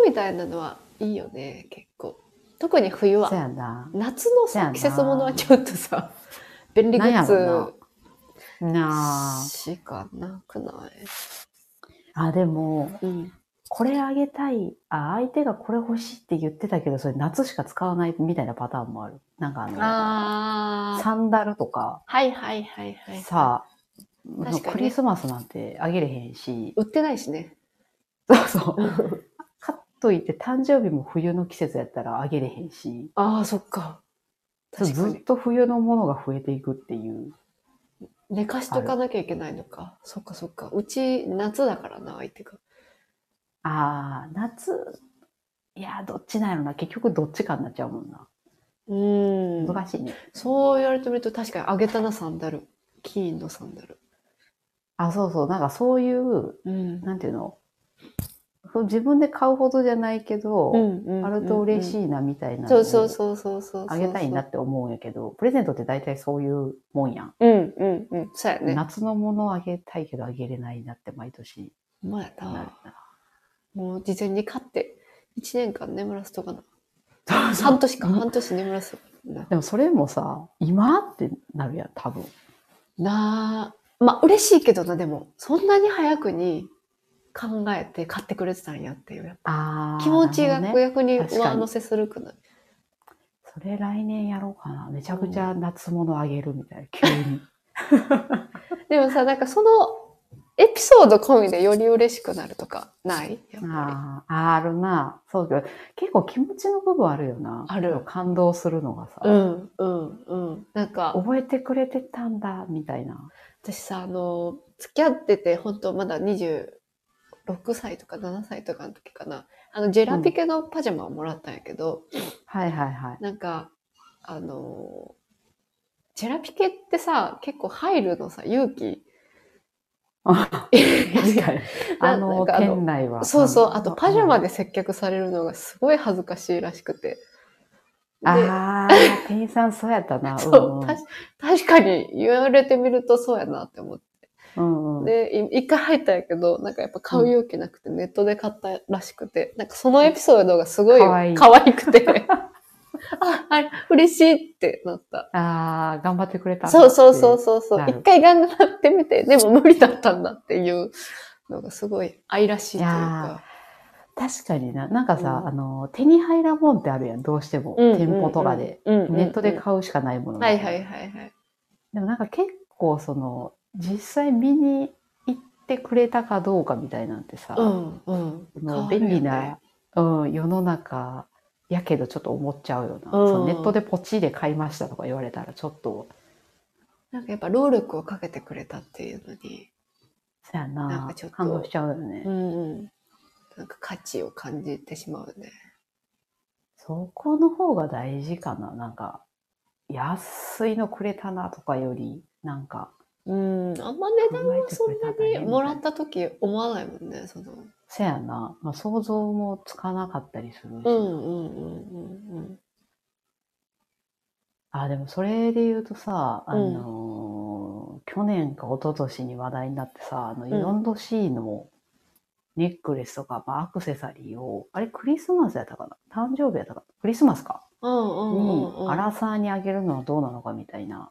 [SPEAKER 1] 物みたいなのはいいよね、結構。特に冬
[SPEAKER 2] そう
[SPEAKER 1] は。
[SPEAKER 2] やな。
[SPEAKER 1] 夏の
[SPEAKER 2] そうや
[SPEAKER 1] さ
[SPEAKER 2] な
[SPEAKER 1] 季節物はちょっとさ、便利グッ
[SPEAKER 2] なんやろ
[SPEAKER 1] ズ
[SPEAKER 2] なあ。
[SPEAKER 1] しかなくない。
[SPEAKER 2] あ、でも、
[SPEAKER 1] うん。
[SPEAKER 2] これあげたい、あ、相手がこれ欲しいって言ってたけど、それ夏しか使わないみたいなパターンもある。なんかあの、
[SPEAKER 1] ああ。
[SPEAKER 2] サンダルとか、
[SPEAKER 1] はいはいはいはい。
[SPEAKER 2] さ、
[SPEAKER 1] かにね
[SPEAKER 2] クリスマスなんてあげれへんし、
[SPEAKER 1] 売ってないしね。
[SPEAKER 2] そうそう。かといって誕生日も冬の季節やったらあげれへんし、
[SPEAKER 1] ああ、そっか。
[SPEAKER 2] そう
[SPEAKER 1] 確か
[SPEAKER 2] ず
[SPEAKER 1] に
[SPEAKER 2] っ。と冬のものが増えていくっていう。
[SPEAKER 1] 寝かしとかなきゃいけないのか。そっかそっか。うち、夏だからな、相手が。
[SPEAKER 2] ああ、夏、いやー、どっちなんやろな。結局どっちかになっちゃうもんな。
[SPEAKER 1] うーん。
[SPEAKER 2] 難しいね。
[SPEAKER 1] そう言われてみると、確かにあげたな、サンダル。金のサンダル。
[SPEAKER 2] あ、そうそう。なんかそういう、
[SPEAKER 1] うん。
[SPEAKER 2] なんていうの、そう自分で買うほどじゃないけど、
[SPEAKER 1] うん
[SPEAKER 2] あると嬉し
[SPEAKER 1] い。
[SPEAKER 2] いなみたいな
[SPEAKER 1] そ
[SPEAKER 2] の
[SPEAKER 1] うそう
[SPEAKER 2] を
[SPEAKER 1] そうそうそうそう。
[SPEAKER 2] あげたいなっ。て思うんやけど、プレゼントって大体そういうもんやん。
[SPEAKER 1] うんうんうん。そうやね。
[SPEAKER 2] 夏のものをあげたいけどあげれないなって毎年
[SPEAKER 1] ほんまや
[SPEAKER 2] なる
[SPEAKER 1] な。もう事前に買って、1年間眠らすとかな。
[SPEAKER 2] な。
[SPEAKER 1] 半年か、半年眠らすとかな。
[SPEAKER 2] でもそれもさ、今ってなるやん、多分。
[SPEAKER 1] なあ。まあ嬉しいけどな、でも、そんなに早くに考えて買ってくれてたんやっていう。
[SPEAKER 2] あー
[SPEAKER 1] 気持ちが
[SPEAKER 2] なるほどね
[SPEAKER 1] 逆に
[SPEAKER 2] 確か
[SPEAKER 1] 上
[SPEAKER 2] に
[SPEAKER 1] 乗せするくない。
[SPEAKER 2] それ来年やろうかな。めちゃくちゃ夏物あげるみたいな、急 に。
[SPEAKER 1] でもさ、なんかそのエピソード込みでより嬉しくなるとかないやっぱ
[SPEAKER 2] あーあるな。そうけど、結構気持ちの部分あるよな。
[SPEAKER 1] ある
[SPEAKER 2] 感動するのがさ、
[SPEAKER 1] り。うん、うん、うん。なんか、
[SPEAKER 2] 覚えてくれてたんだ、みたいな。
[SPEAKER 1] 私さ、あの、付き合ってて、本当まだ26歳とか7歳とかの時かな。あの、ジェラピケのパジャマをもらったんやけど、
[SPEAKER 2] はいはいはい。
[SPEAKER 1] なんか、あのージェラピケってさ、結構入るのさ、勇気。
[SPEAKER 2] あ確かに。あの、
[SPEAKER 1] なんかあの
[SPEAKER 2] 店内は。
[SPEAKER 1] そうそう。あと、パジャマ
[SPEAKER 2] で。
[SPEAKER 1] で接客されるのがすごい恥ずかしいらしくて。で
[SPEAKER 2] ああ、店員さんそうやった な。
[SPEAKER 1] そ
[SPEAKER 2] ん
[SPEAKER 1] う、たし確かに言われてみるとそうやなって思って。
[SPEAKER 2] うんうん。
[SPEAKER 1] で、い一回入ったんやけど、なんかやっぱ買う勇気なくてネットで買ったらしくて、なんかそのエピソードがすごい
[SPEAKER 2] かわいい
[SPEAKER 1] 可愛く て、あ、あれ、嬉しいってなった。
[SPEAKER 2] ああ、頑張ってくれたんだ
[SPEAKER 1] そうそうそうそうそう。
[SPEAKER 2] なる
[SPEAKER 1] 一回頑張ってみて、でも無理だったんだっていうのがすごい愛らしいという
[SPEAKER 2] い
[SPEAKER 1] か
[SPEAKER 2] や。確かにな。なんかさ、
[SPEAKER 1] うん
[SPEAKER 2] あの、手に入らんもんってあるやん、どうしても。
[SPEAKER 1] うん
[SPEAKER 2] 店舗とかで、。
[SPEAKER 1] うんうんうん
[SPEAKER 2] ネットで買うしかないもの。
[SPEAKER 1] はいはい。はいはい。
[SPEAKER 2] でもなんか結構その、実際見に行ってくれたかどうかみたいなんてさ、
[SPEAKER 1] んうん
[SPEAKER 2] その便利な、。うん、世の中やけどちょっと思っちゃうよな。
[SPEAKER 1] うん
[SPEAKER 2] そのネットでポチで買いましたとか言われたらちょっと、
[SPEAKER 1] なんかやっぱ労力をかけてくれたっていうのに、
[SPEAKER 2] そや
[SPEAKER 1] なん
[SPEAKER 2] な
[SPEAKER 1] かちょっと
[SPEAKER 2] 感動しちゃうよね。
[SPEAKER 1] うんうん。なんか価値を感じてしまうね。
[SPEAKER 2] そこの方が大事かな。なんか、安いのくれたなとかより、なんか、
[SPEAKER 1] うん、あんま値段はそん
[SPEAKER 2] 考えてくれ
[SPEAKER 1] な
[SPEAKER 2] た
[SPEAKER 1] に
[SPEAKER 2] ね
[SPEAKER 1] もらった時思わないもんね、その。
[SPEAKER 2] せやな。まあ、想像もつかなかったりするし。
[SPEAKER 1] うんうんうんうんうん。
[SPEAKER 2] あ、でもそれで言うとさ、あのー去年か一昨年に話題になってさ、あの、4C のネックレスとか、まあ、アクセサリーを、あれクリスマスやったかな誕生日やったかなクリスマスか
[SPEAKER 1] うんう
[SPEAKER 2] に、
[SPEAKER 1] んうんうん。
[SPEAKER 2] アラサーにあげるのはどうなのかみたいな。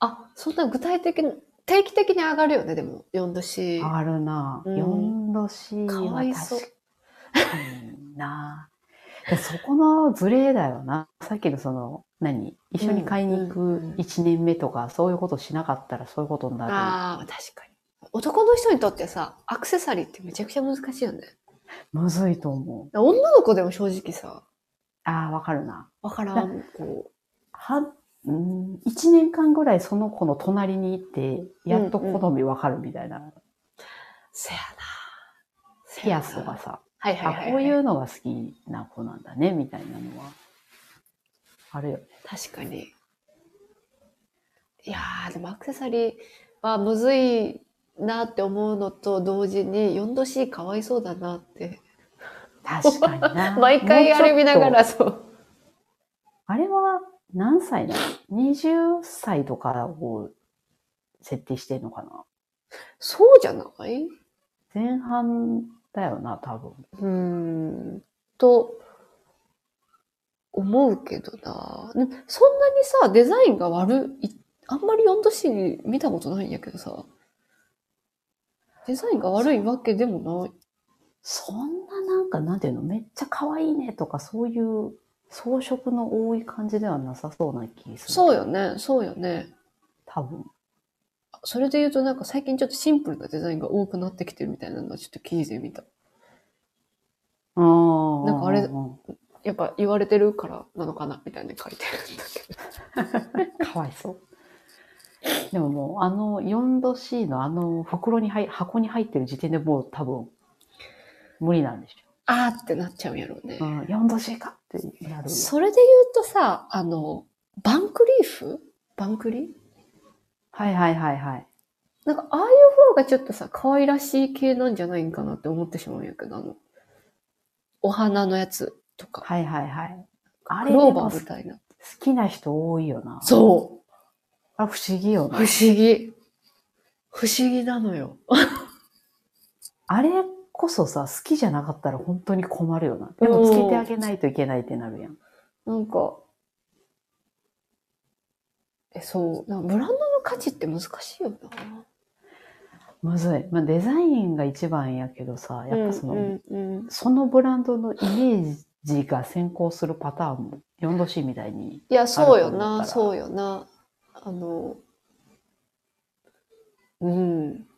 [SPEAKER 1] あ、そんな具体的に、定期的に上がるよね、でも、4度 C。
[SPEAKER 2] あるな。
[SPEAKER 1] うん
[SPEAKER 2] 4度 C は
[SPEAKER 1] か
[SPEAKER 2] 確
[SPEAKER 1] わいそう
[SPEAKER 2] かにな。でそこのズレだよな。さっきのその、何一緒に買いに
[SPEAKER 1] う
[SPEAKER 2] 行
[SPEAKER 1] んうんう
[SPEAKER 2] く
[SPEAKER 1] ん
[SPEAKER 2] 1年目とか、そういうことしなかったらそういうことにな
[SPEAKER 1] あー確かに。男の人にとってさ、アクセサリーってめちゃくちゃ難しいよね。
[SPEAKER 2] る。むずいと思う。
[SPEAKER 1] 女の子でも正直さ、
[SPEAKER 2] ああ、わかるな。
[SPEAKER 1] わからん、こ
[SPEAKER 2] は、うん、1年間ぐらいその子の隣に行って、やっと好みわかるみたいな。
[SPEAKER 1] う。せやな。せ
[SPEAKER 2] ピ
[SPEAKER 1] やな
[SPEAKER 2] アスとかさ、
[SPEAKER 1] はいはい
[SPEAKER 2] あ、
[SPEAKER 1] はい、
[SPEAKER 2] こういうのが好きな子なんだね、みたいなのは。あるよね。
[SPEAKER 1] 確かに。いやー、でもアクセサリーはむずいなって思うのと同時に 4°C かわいそうだなって。
[SPEAKER 2] 確かに な。
[SPEAKER 1] 毎回あれ見なが
[SPEAKER 2] もうちょ
[SPEAKER 1] ら
[SPEAKER 2] っ
[SPEAKER 1] そう。
[SPEAKER 2] と。あれは何歳なの ?20 歳とかを設定してんのかな
[SPEAKER 1] そうじゃない
[SPEAKER 2] 前半だよな、多分。
[SPEAKER 1] うーん、と思うけどな。でもそんなにさ、デザインが悪い、あんまり 4°C 見たことないんやけどさ。デザインが悪いわけでもない。
[SPEAKER 2] そんななんか、なんていうの、めっちゃ可愛いねとか、そういう装飾の多い感じではなさそうな気する。
[SPEAKER 1] そうよ。ね、そうよね。
[SPEAKER 2] 多分。
[SPEAKER 1] それで言うとなんか最近ちょっとシンプルなデザインが多くなってきてるみたいなのはちょっと記事で見た。
[SPEAKER 2] あ
[SPEAKER 1] なんかあれ
[SPEAKER 2] か
[SPEAKER 1] やっぱ言われてるからなのかなみたいなの書いてるんだけど。
[SPEAKER 2] わいそう。でももう、あの 4°C のあの袋に入、箱に入ってる時点でもう多分、無理なんでしょ。
[SPEAKER 1] あーってなっちゃうんやろうね。
[SPEAKER 2] うん、4度 C かってなる。
[SPEAKER 1] それで言うとさ、あの、バンクリーフバンクリ
[SPEAKER 2] はいはいはいはい。
[SPEAKER 1] なんかああいう方がちょっとさ、可愛らしい系なんじゃないんかなって思ってしまうんやけど、あの、お花のやつとか、
[SPEAKER 2] はいはいはい。あ
[SPEAKER 1] ク
[SPEAKER 2] れで
[SPEAKER 1] ローバ
[SPEAKER 2] も
[SPEAKER 1] ー
[SPEAKER 2] 好
[SPEAKER 1] みたいな。
[SPEAKER 2] きな人多いよな。
[SPEAKER 1] そ
[SPEAKER 2] あれ不思議よ
[SPEAKER 1] う
[SPEAKER 2] な
[SPEAKER 1] 不。思議。不思議なのよ。
[SPEAKER 2] あれこそさ、好きじゃなかったら本当に困るよな。でもつけてあげないといけないってなるやん。
[SPEAKER 1] なんか、え、そう、なんかブランドの価値って難しいよな。
[SPEAKER 2] むずい。まあ、デザインが一番やけどさ、やっぱその、
[SPEAKER 1] うんうんうん、
[SPEAKER 2] そのブランドのイメージが先行するパターンも 4°C みたいに。
[SPEAKER 1] いや、そうよ
[SPEAKER 2] あると思った
[SPEAKER 1] な、
[SPEAKER 2] ら
[SPEAKER 1] そうよな。あの、うん。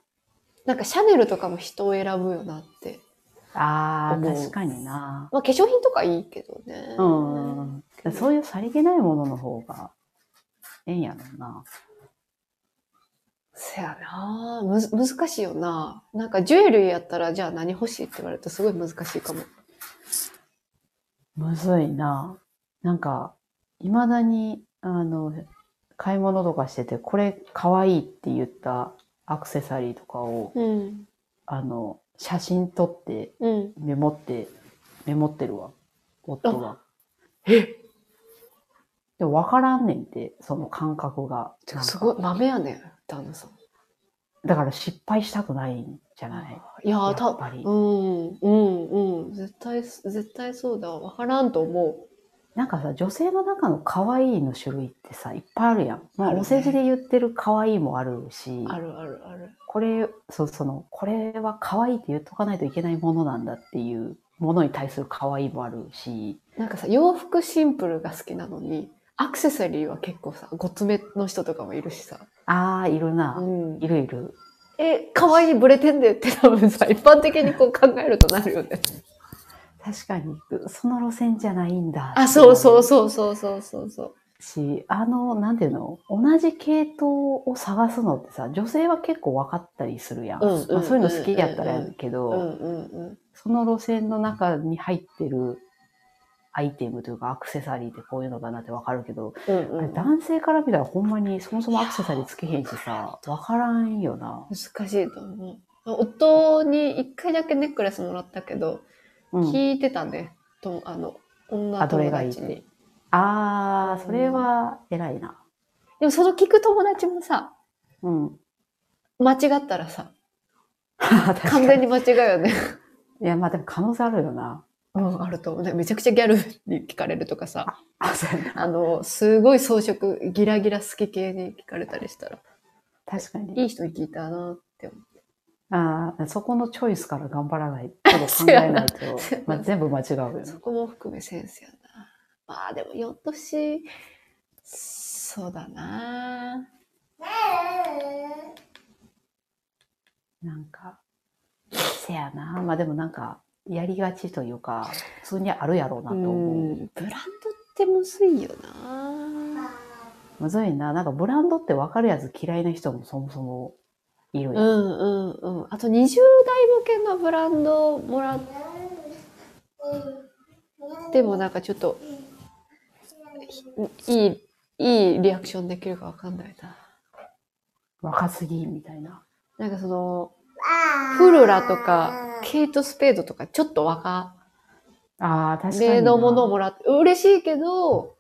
[SPEAKER 1] なんかシャネルとかも人を選ぶよなって。
[SPEAKER 2] ああ、
[SPEAKER 1] 思う
[SPEAKER 2] 確かにな。
[SPEAKER 1] まあ化粧品とかいいけどね。
[SPEAKER 2] うんうんうん。そういうさりげないものの方が、ええんやろな。
[SPEAKER 1] そやなむず、難しいよな。なんかジュエリーやったら、じゃあ何欲しいって言われるとすごい難しいかも。
[SPEAKER 2] むずいな。なんか、いまだに、あの、買い物とかしてて、これ可愛いって言ったアクセサリーとかを、
[SPEAKER 1] うん。
[SPEAKER 2] あの、写真撮って、
[SPEAKER 1] うん。
[SPEAKER 2] メモって、メモってるわ。夫が。
[SPEAKER 1] え
[SPEAKER 2] でも分からんねんって、その感覚が。
[SPEAKER 1] てかす
[SPEAKER 2] い。
[SPEAKER 1] ごい豆やねん、旦那さん。
[SPEAKER 2] だから失敗したくないんじゃない
[SPEAKER 1] いや
[SPEAKER 2] や
[SPEAKER 1] ー、た
[SPEAKER 2] っ、ぱり
[SPEAKER 1] う。ん、うん、うん。絶対、絶対そうだわ。わからんと思
[SPEAKER 2] なんかさ、女性の中の可愛いの種類ってさ、いっぱいあるやん。まあ、
[SPEAKER 1] あるね
[SPEAKER 2] お世辞で言ってる可愛いもあるし
[SPEAKER 1] う。、あるあるある。
[SPEAKER 2] これ、そう、その、これは可愛いって言っとかないといけないものなんだっていうものに対する可愛いもあるし、
[SPEAKER 1] なんかさ、洋服シンプルが好きなのに、アクセサリーは結構さ、ごつめの人とかもいるしさ。
[SPEAKER 2] あー、いる
[SPEAKER 1] う
[SPEAKER 2] な。
[SPEAKER 1] ん。
[SPEAKER 2] いるいる。
[SPEAKER 1] え、可愛いブレてんでって多分さ、一般的にこう考えるとなるよね。
[SPEAKER 2] 確かに、その路線じゃないんだ。
[SPEAKER 1] あ、そうそうそうそうそうそうそう。
[SPEAKER 2] し、あの、なんていうの同じ系統を探すのってさ、女性は結構分かったりするやん。
[SPEAKER 1] うんうん
[SPEAKER 2] まあ、そういうの好きやったらやるけど、
[SPEAKER 1] うんうんうん。
[SPEAKER 2] その路線の中に入ってるアイテムというかアクセサリーってこういうのだなって分かるけど、
[SPEAKER 1] うんうんうん
[SPEAKER 2] 男性から見たらほんまにそもそもアクセサリーつけへんしさ、分からんよな。
[SPEAKER 1] 難しいと思う。夫に一回だけネックレスもらったけど、
[SPEAKER 2] うん、
[SPEAKER 1] 聞いてたね。とあの、女
[SPEAKER 2] あ、どれ
[SPEAKER 1] 友
[SPEAKER 2] がいいっ
[SPEAKER 1] 達に。
[SPEAKER 2] て。あー、それは偉いな。
[SPEAKER 1] でもその聞く友達もさ、
[SPEAKER 2] うん。
[SPEAKER 1] 間違ったらさ、完
[SPEAKER 2] 完
[SPEAKER 1] 全に間違うよ ね。
[SPEAKER 2] いや、まあでも可能性あるよな。
[SPEAKER 1] うん、あると思うね。めちゃくちゃギャルに聞かれるとかさ、
[SPEAKER 2] あ、そうやな
[SPEAKER 1] あの、すごい装飾、ギラギラ好き系に聞かれたりしたら、
[SPEAKER 2] 確かに。
[SPEAKER 1] いい人に聞いたなって思う。
[SPEAKER 2] ああ、そこのチョイスから頑張らない。ち ょっと考えないと
[SPEAKER 1] そうや、な
[SPEAKER 2] まあ、全部間違うよね。
[SPEAKER 1] そこも含めセンスやな。まあでも、よっとし、そうだな。
[SPEAKER 2] なんか、せやな。まあでもなんか、やりがちというか、普通にあるやろうな
[SPEAKER 1] う
[SPEAKER 2] と思う。
[SPEAKER 1] ん、ブランドってむずいよな。
[SPEAKER 2] むずいな。なんかブランドって分かるやつ嫌いな人もそもそもいる
[SPEAKER 1] う
[SPEAKER 2] やん。
[SPEAKER 1] んうんうん。あと20代向けのブランドをもらってもなんかちょっと、いい、いいリアクションできるかわかんないな。
[SPEAKER 2] 若すぎみたいな。
[SPEAKER 1] なんかその、フ
[SPEAKER 3] フ
[SPEAKER 1] ロ
[SPEAKER 3] ロ
[SPEAKER 1] ラ
[SPEAKER 3] ラ
[SPEAKER 1] と
[SPEAKER 3] と
[SPEAKER 1] か
[SPEAKER 3] か、
[SPEAKER 1] ケイト・スペードとかちょっと若
[SPEAKER 2] ああ、確かにな。
[SPEAKER 1] めのものをもらって、嬉しいけど、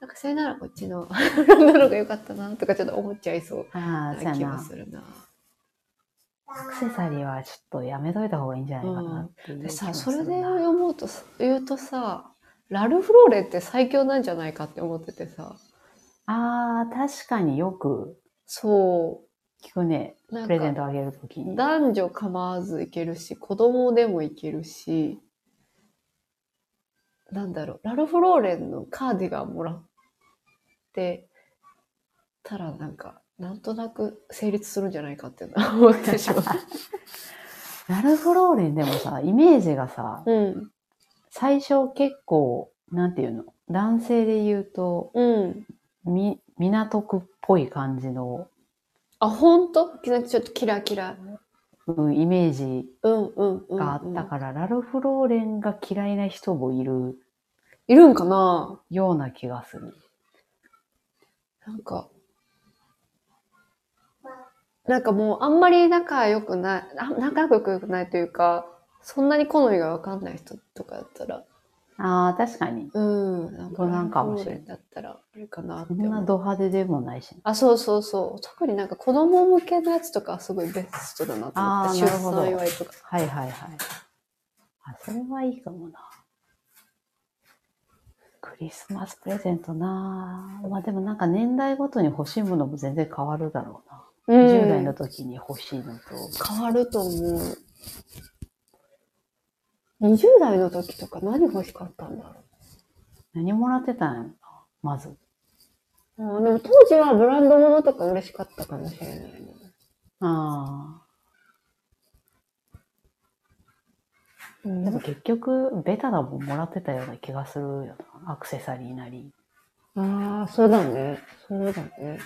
[SPEAKER 1] なんかそれならこっちの ブランドの方が良かったなとかちょっと思っちゃいそう
[SPEAKER 2] ああ、
[SPEAKER 1] な
[SPEAKER 2] そうや
[SPEAKER 1] 気が
[SPEAKER 2] な
[SPEAKER 1] す。るな。
[SPEAKER 2] アクセサリーはちょっとやめといた方がいいんじゃないかなっていう
[SPEAKER 1] で
[SPEAKER 2] 気がする
[SPEAKER 1] さ
[SPEAKER 2] な。
[SPEAKER 1] それで思うとさ言うとさラルフローレンって最強なんじゃないかって思っててさ
[SPEAKER 2] ああ、確かによく
[SPEAKER 1] そ
[SPEAKER 2] 聞くね。
[SPEAKER 1] うな
[SPEAKER 2] プレゼン
[SPEAKER 1] んか
[SPEAKER 2] トあげると きに。
[SPEAKER 1] 男女構わずいけるし子供でもいけるしなんだろうラルフローレンのカーディガンもらってたらなんかなんとなく成立するんじゃないかって思ってしまう。
[SPEAKER 2] ラルフローレンでもさ、イメージがさ、
[SPEAKER 1] うん
[SPEAKER 2] 最初結構、なんていうの、男性で言うと、
[SPEAKER 1] うん、
[SPEAKER 2] み、港区っぽい感じの、
[SPEAKER 1] あ本当ちょっとキラキラ、
[SPEAKER 2] うん、イメージ
[SPEAKER 1] うんうんうんうん、
[SPEAKER 2] があったから、ラルフローレンが嫌いな人もいる
[SPEAKER 1] いるんかな
[SPEAKER 2] ような気がする。
[SPEAKER 1] なんか、なんかもうあんまり仲良くない、あ仲良くないというか、そんなに好みがわかんない人とかだったら、
[SPEAKER 2] ああ、確かに。
[SPEAKER 1] うん、なん
[SPEAKER 2] そうなんかもしれ
[SPEAKER 1] ない。だったら、あれかなって
[SPEAKER 2] そんな
[SPEAKER 1] 思う。
[SPEAKER 2] ド派手でもないし。
[SPEAKER 1] あ、そうそうそう。特になんか子供向けのやつとかはすごいベストだなと思
[SPEAKER 2] あ
[SPEAKER 1] った。
[SPEAKER 2] ー
[SPEAKER 1] 出
[SPEAKER 2] なるほど
[SPEAKER 1] 産祝いとか。
[SPEAKER 2] はいはいはい。あ、それはいいかもな。クリスマスプレゼントなまあでもなんか年代ごとに欲しいものも全然変わるだろうな。
[SPEAKER 1] ううん
[SPEAKER 2] 10代の時に欲しいのと、
[SPEAKER 1] 変わると思う。20代の時とか何欲しかったんだ
[SPEAKER 2] 何もらってたんやろなまず。
[SPEAKER 1] ろう。あーでも当時はブランド物とか嬉しかったかもしれないね。
[SPEAKER 2] あ
[SPEAKER 1] うん
[SPEAKER 2] あ。でも結局、ベタなもんもらってたような気がするよな。アクセサリーなり。
[SPEAKER 1] ああ、そうだね。そうだね。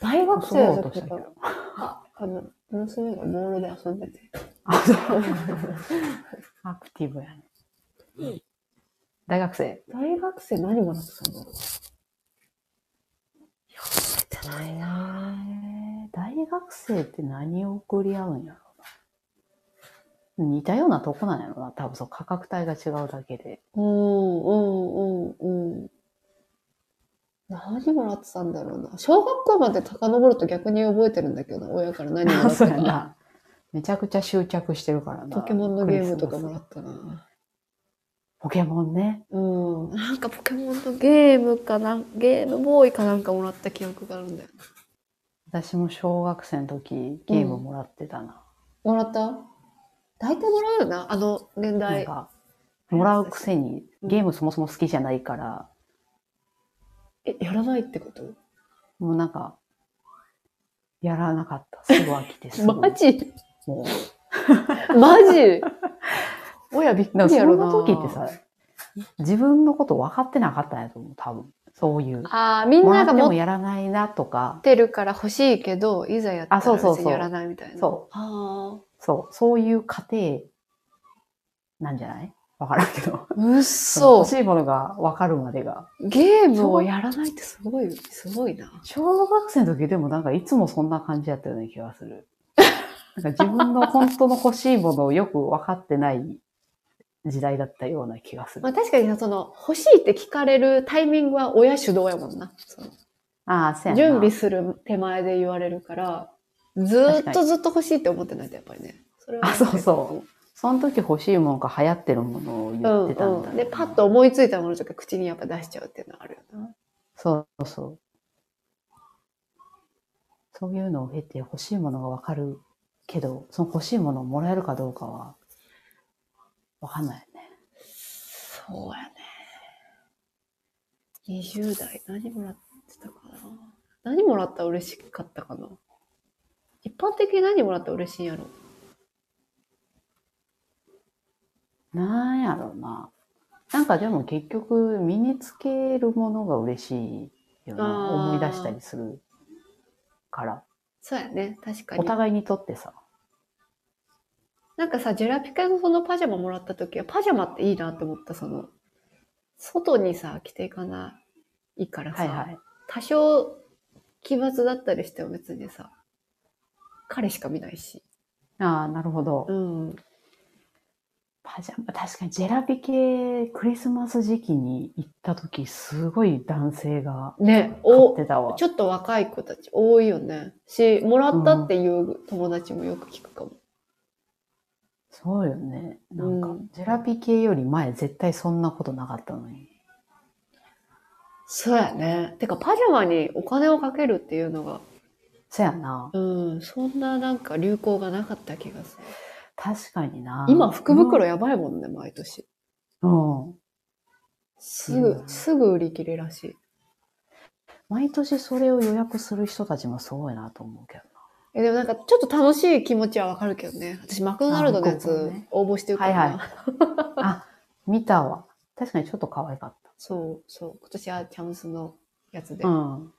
[SPEAKER 1] 大学生の時
[SPEAKER 2] そうだと
[SPEAKER 1] とあ、あの、娘がボールで遊んでて。
[SPEAKER 2] アクティブやね。大学生。
[SPEAKER 1] 大学生何もらってたんだろう。覚えてないな
[SPEAKER 2] 大学生って何を送り合うんやろうな。似たようなとこなんやろうな。多分そう、価格帯が違うだ けで。
[SPEAKER 1] うん、うん、うん、うん。何もらってたんだろうな。小学校まで遡ると逆に覚えてるんだけどな、親から何もらって
[SPEAKER 2] そう
[SPEAKER 1] た
[SPEAKER 2] や
[SPEAKER 1] か。
[SPEAKER 2] な。めちゃくちゃ執着してるからな。
[SPEAKER 1] ポケモンのゲームとかもら
[SPEAKER 2] クリスマス
[SPEAKER 1] ったな。
[SPEAKER 2] ポケモンね。
[SPEAKER 1] うん、なんかポケモンのゲームかなんゲームボーイかなんかもらった記憶があるんだよ
[SPEAKER 2] 私も小学生の時、ゲームもらってたな。
[SPEAKER 1] もらった大体もらうよなあの年
[SPEAKER 2] なん
[SPEAKER 1] 代
[SPEAKER 2] か、もらうくせに、ゲームそもそも好きじゃないから、
[SPEAKER 1] えやらないってこと
[SPEAKER 2] もうなんか、やらなかった。すぐ 飽きてすぐ。
[SPEAKER 1] ジ
[SPEAKER 2] も う
[SPEAKER 1] マジ親びっ
[SPEAKER 2] だ
[SPEAKER 1] く
[SPEAKER 2] か
[SPEAKER 1] り
[SPEAKER 2] ら
[SPEAKER 1] や
[SPEAKER 2] そ
[SPEAKER 1] ろ
[SPEAKER 2] の
[SPEAKER 1] な
[SPEAKER 2] 時ってさ、自分のこと分かってなかったんやと思う、多分。そういう。
[SPEAKER 1] あーみん
[SPEAKER 2] も
[SPEAKER 1] な
[SPEAKER 2] らって
[SPEAKER 1] が持
[SPEAKER 2] も
[SPEAKER 1] っ
[SPEAKER 2] やらないなとか、
[SPEAKER 1] てるから欲しいけどいざやった
[SPEAKER 2] あそう
[SPEAKER 1] ら
[SPEAKER 2] そうそう
[SPEAKER 1] 別にやらないみたいな
[SPEAKER 2] そ
[SPEAKER 1] あ
[SPEAKER 2] う、そう、そういう過程なんじゃない分からんけど。
[SPEAKER 1] あうっ
[SPEAKER 2] の
[SPEAKER 1] そ
[SPEAKER 2] 欲しいものが分かるまでが。
[SPEAKER 1] ゲームをやらないってすごいすごいな
[SPEAKER 2] 小学生の時でもなんかいつもそんな感じやったような気が する。なんか自分の本当の欲しいものをよく分かってない時代だったような気がする
[SPEAKER 1] まあ。確かにさその欲しいって聞かれるタイミングは親主導やもんなその
[SPEAKER 2] ああ、せやな。
[SPEAKER 1] 準備する手前で言われるから、ずーっ
[SPEAKER 2] 確か
[SPEAKER 1] と
[SPEAKER 2] に
[SPEAKER 1] ずっと欲しいって思ってないとやっぱりね。それは
[SPEAKER 2] あ、そうそう。その時欲しいものか流行ってるものを言
[SPEAKER 1] うん
[SPEAKER 2] ってたんだ、
[SPEAKER 1] うん。で、パッ。と思いついたものとか口にやっぱ出しちゃうっていうのはあるよな。
[SPEAKER 2] そうそう。そういうのを経て欲しいものがわかるけど、その欲しいものをもらえるかどうかは、わかんないよね。
[SPEAKER 1] そうやね。20代、何もらってたかな。何もらったら嬉しかったかな。一般的に何もらったら嬉しいんやろ。
[SPEAKER 2] なんやろうな。なんかでも結局身につけるものが嬉しいよな。
[SPEAKER 1] あー
[SPEAKER 2] 思い出したりするから。
[SPEAKER 1] そうやね、確か
[SPEAKER 2] お
[SPEAKER 1] に。
[SPEAKER 2] 互いにとってさ。
[SPEAKER 1] なんかさ、ジェラピカのそのパジャマもらった時は、パジャマっていいなって思った、その、外にさ、着ていかないからさ、
[SPEAKER 2] はいはい。
[SPEAKER 1] 多少奇抜だったりしても別にさ彼しか見ないし、
[SPEAKER 2] ああ、なるほど。
[SPEAKER 1] ん、
[SPEAKER 2] パジャマ、確かにジェラピケ、クリスマス時期に行った時、すごい男性が
[SPEAKER 1] ね
[SPEAKER 2] 買
[SPEAKER 1] お
[SPEAKER 2] ってたわ
[SPEAKER 1] ち。ょっと若い子たち多いよねしもらったっていう友達もよく聞くかも、
[SPEAKER 2] そうよね。なんか、
[SPEAKER 1] うん
[SPEAKER 2] ジェラピケより前、絶対そんなことなかったのに。
[SPEAKER 1] そうやねてかパジャマにお金をかけるっていうのが
[SPEAKER 2] そやな。
[SPEAKER 1] うんそんななんか流行がなかった気がする
[SPEAKER 2] 確かにな。
[SPEAKER 1] 今福袋やばいもんね毎年
[SPEAKER 2] うん。うん。
[SPEAKER 1] すぐ、
[SPEAKER 2] うん
[SPEAKER 1] すぐ売り切れらしい
[SPEAKER 2] 毎年それを予約する人たちもすごいなと思うけどな。
[SPEAKER 1] えでもなんかちょっと楽しい気持ちはわかるけどね私マクドナルドのや
[SPEAKER 2] あマクド
[SPEAKER 1] つ
[SPEAKER 2] ナルドね
[SPEAKER 1] 応募してるからな、
[SPEAKER 2] はいはいあ、見たわ。確かにちょっと可愛かっ
[SPEAKER 1] そうそう。今年はチャンスのやつで。
[SPEAKER 2] た。うん。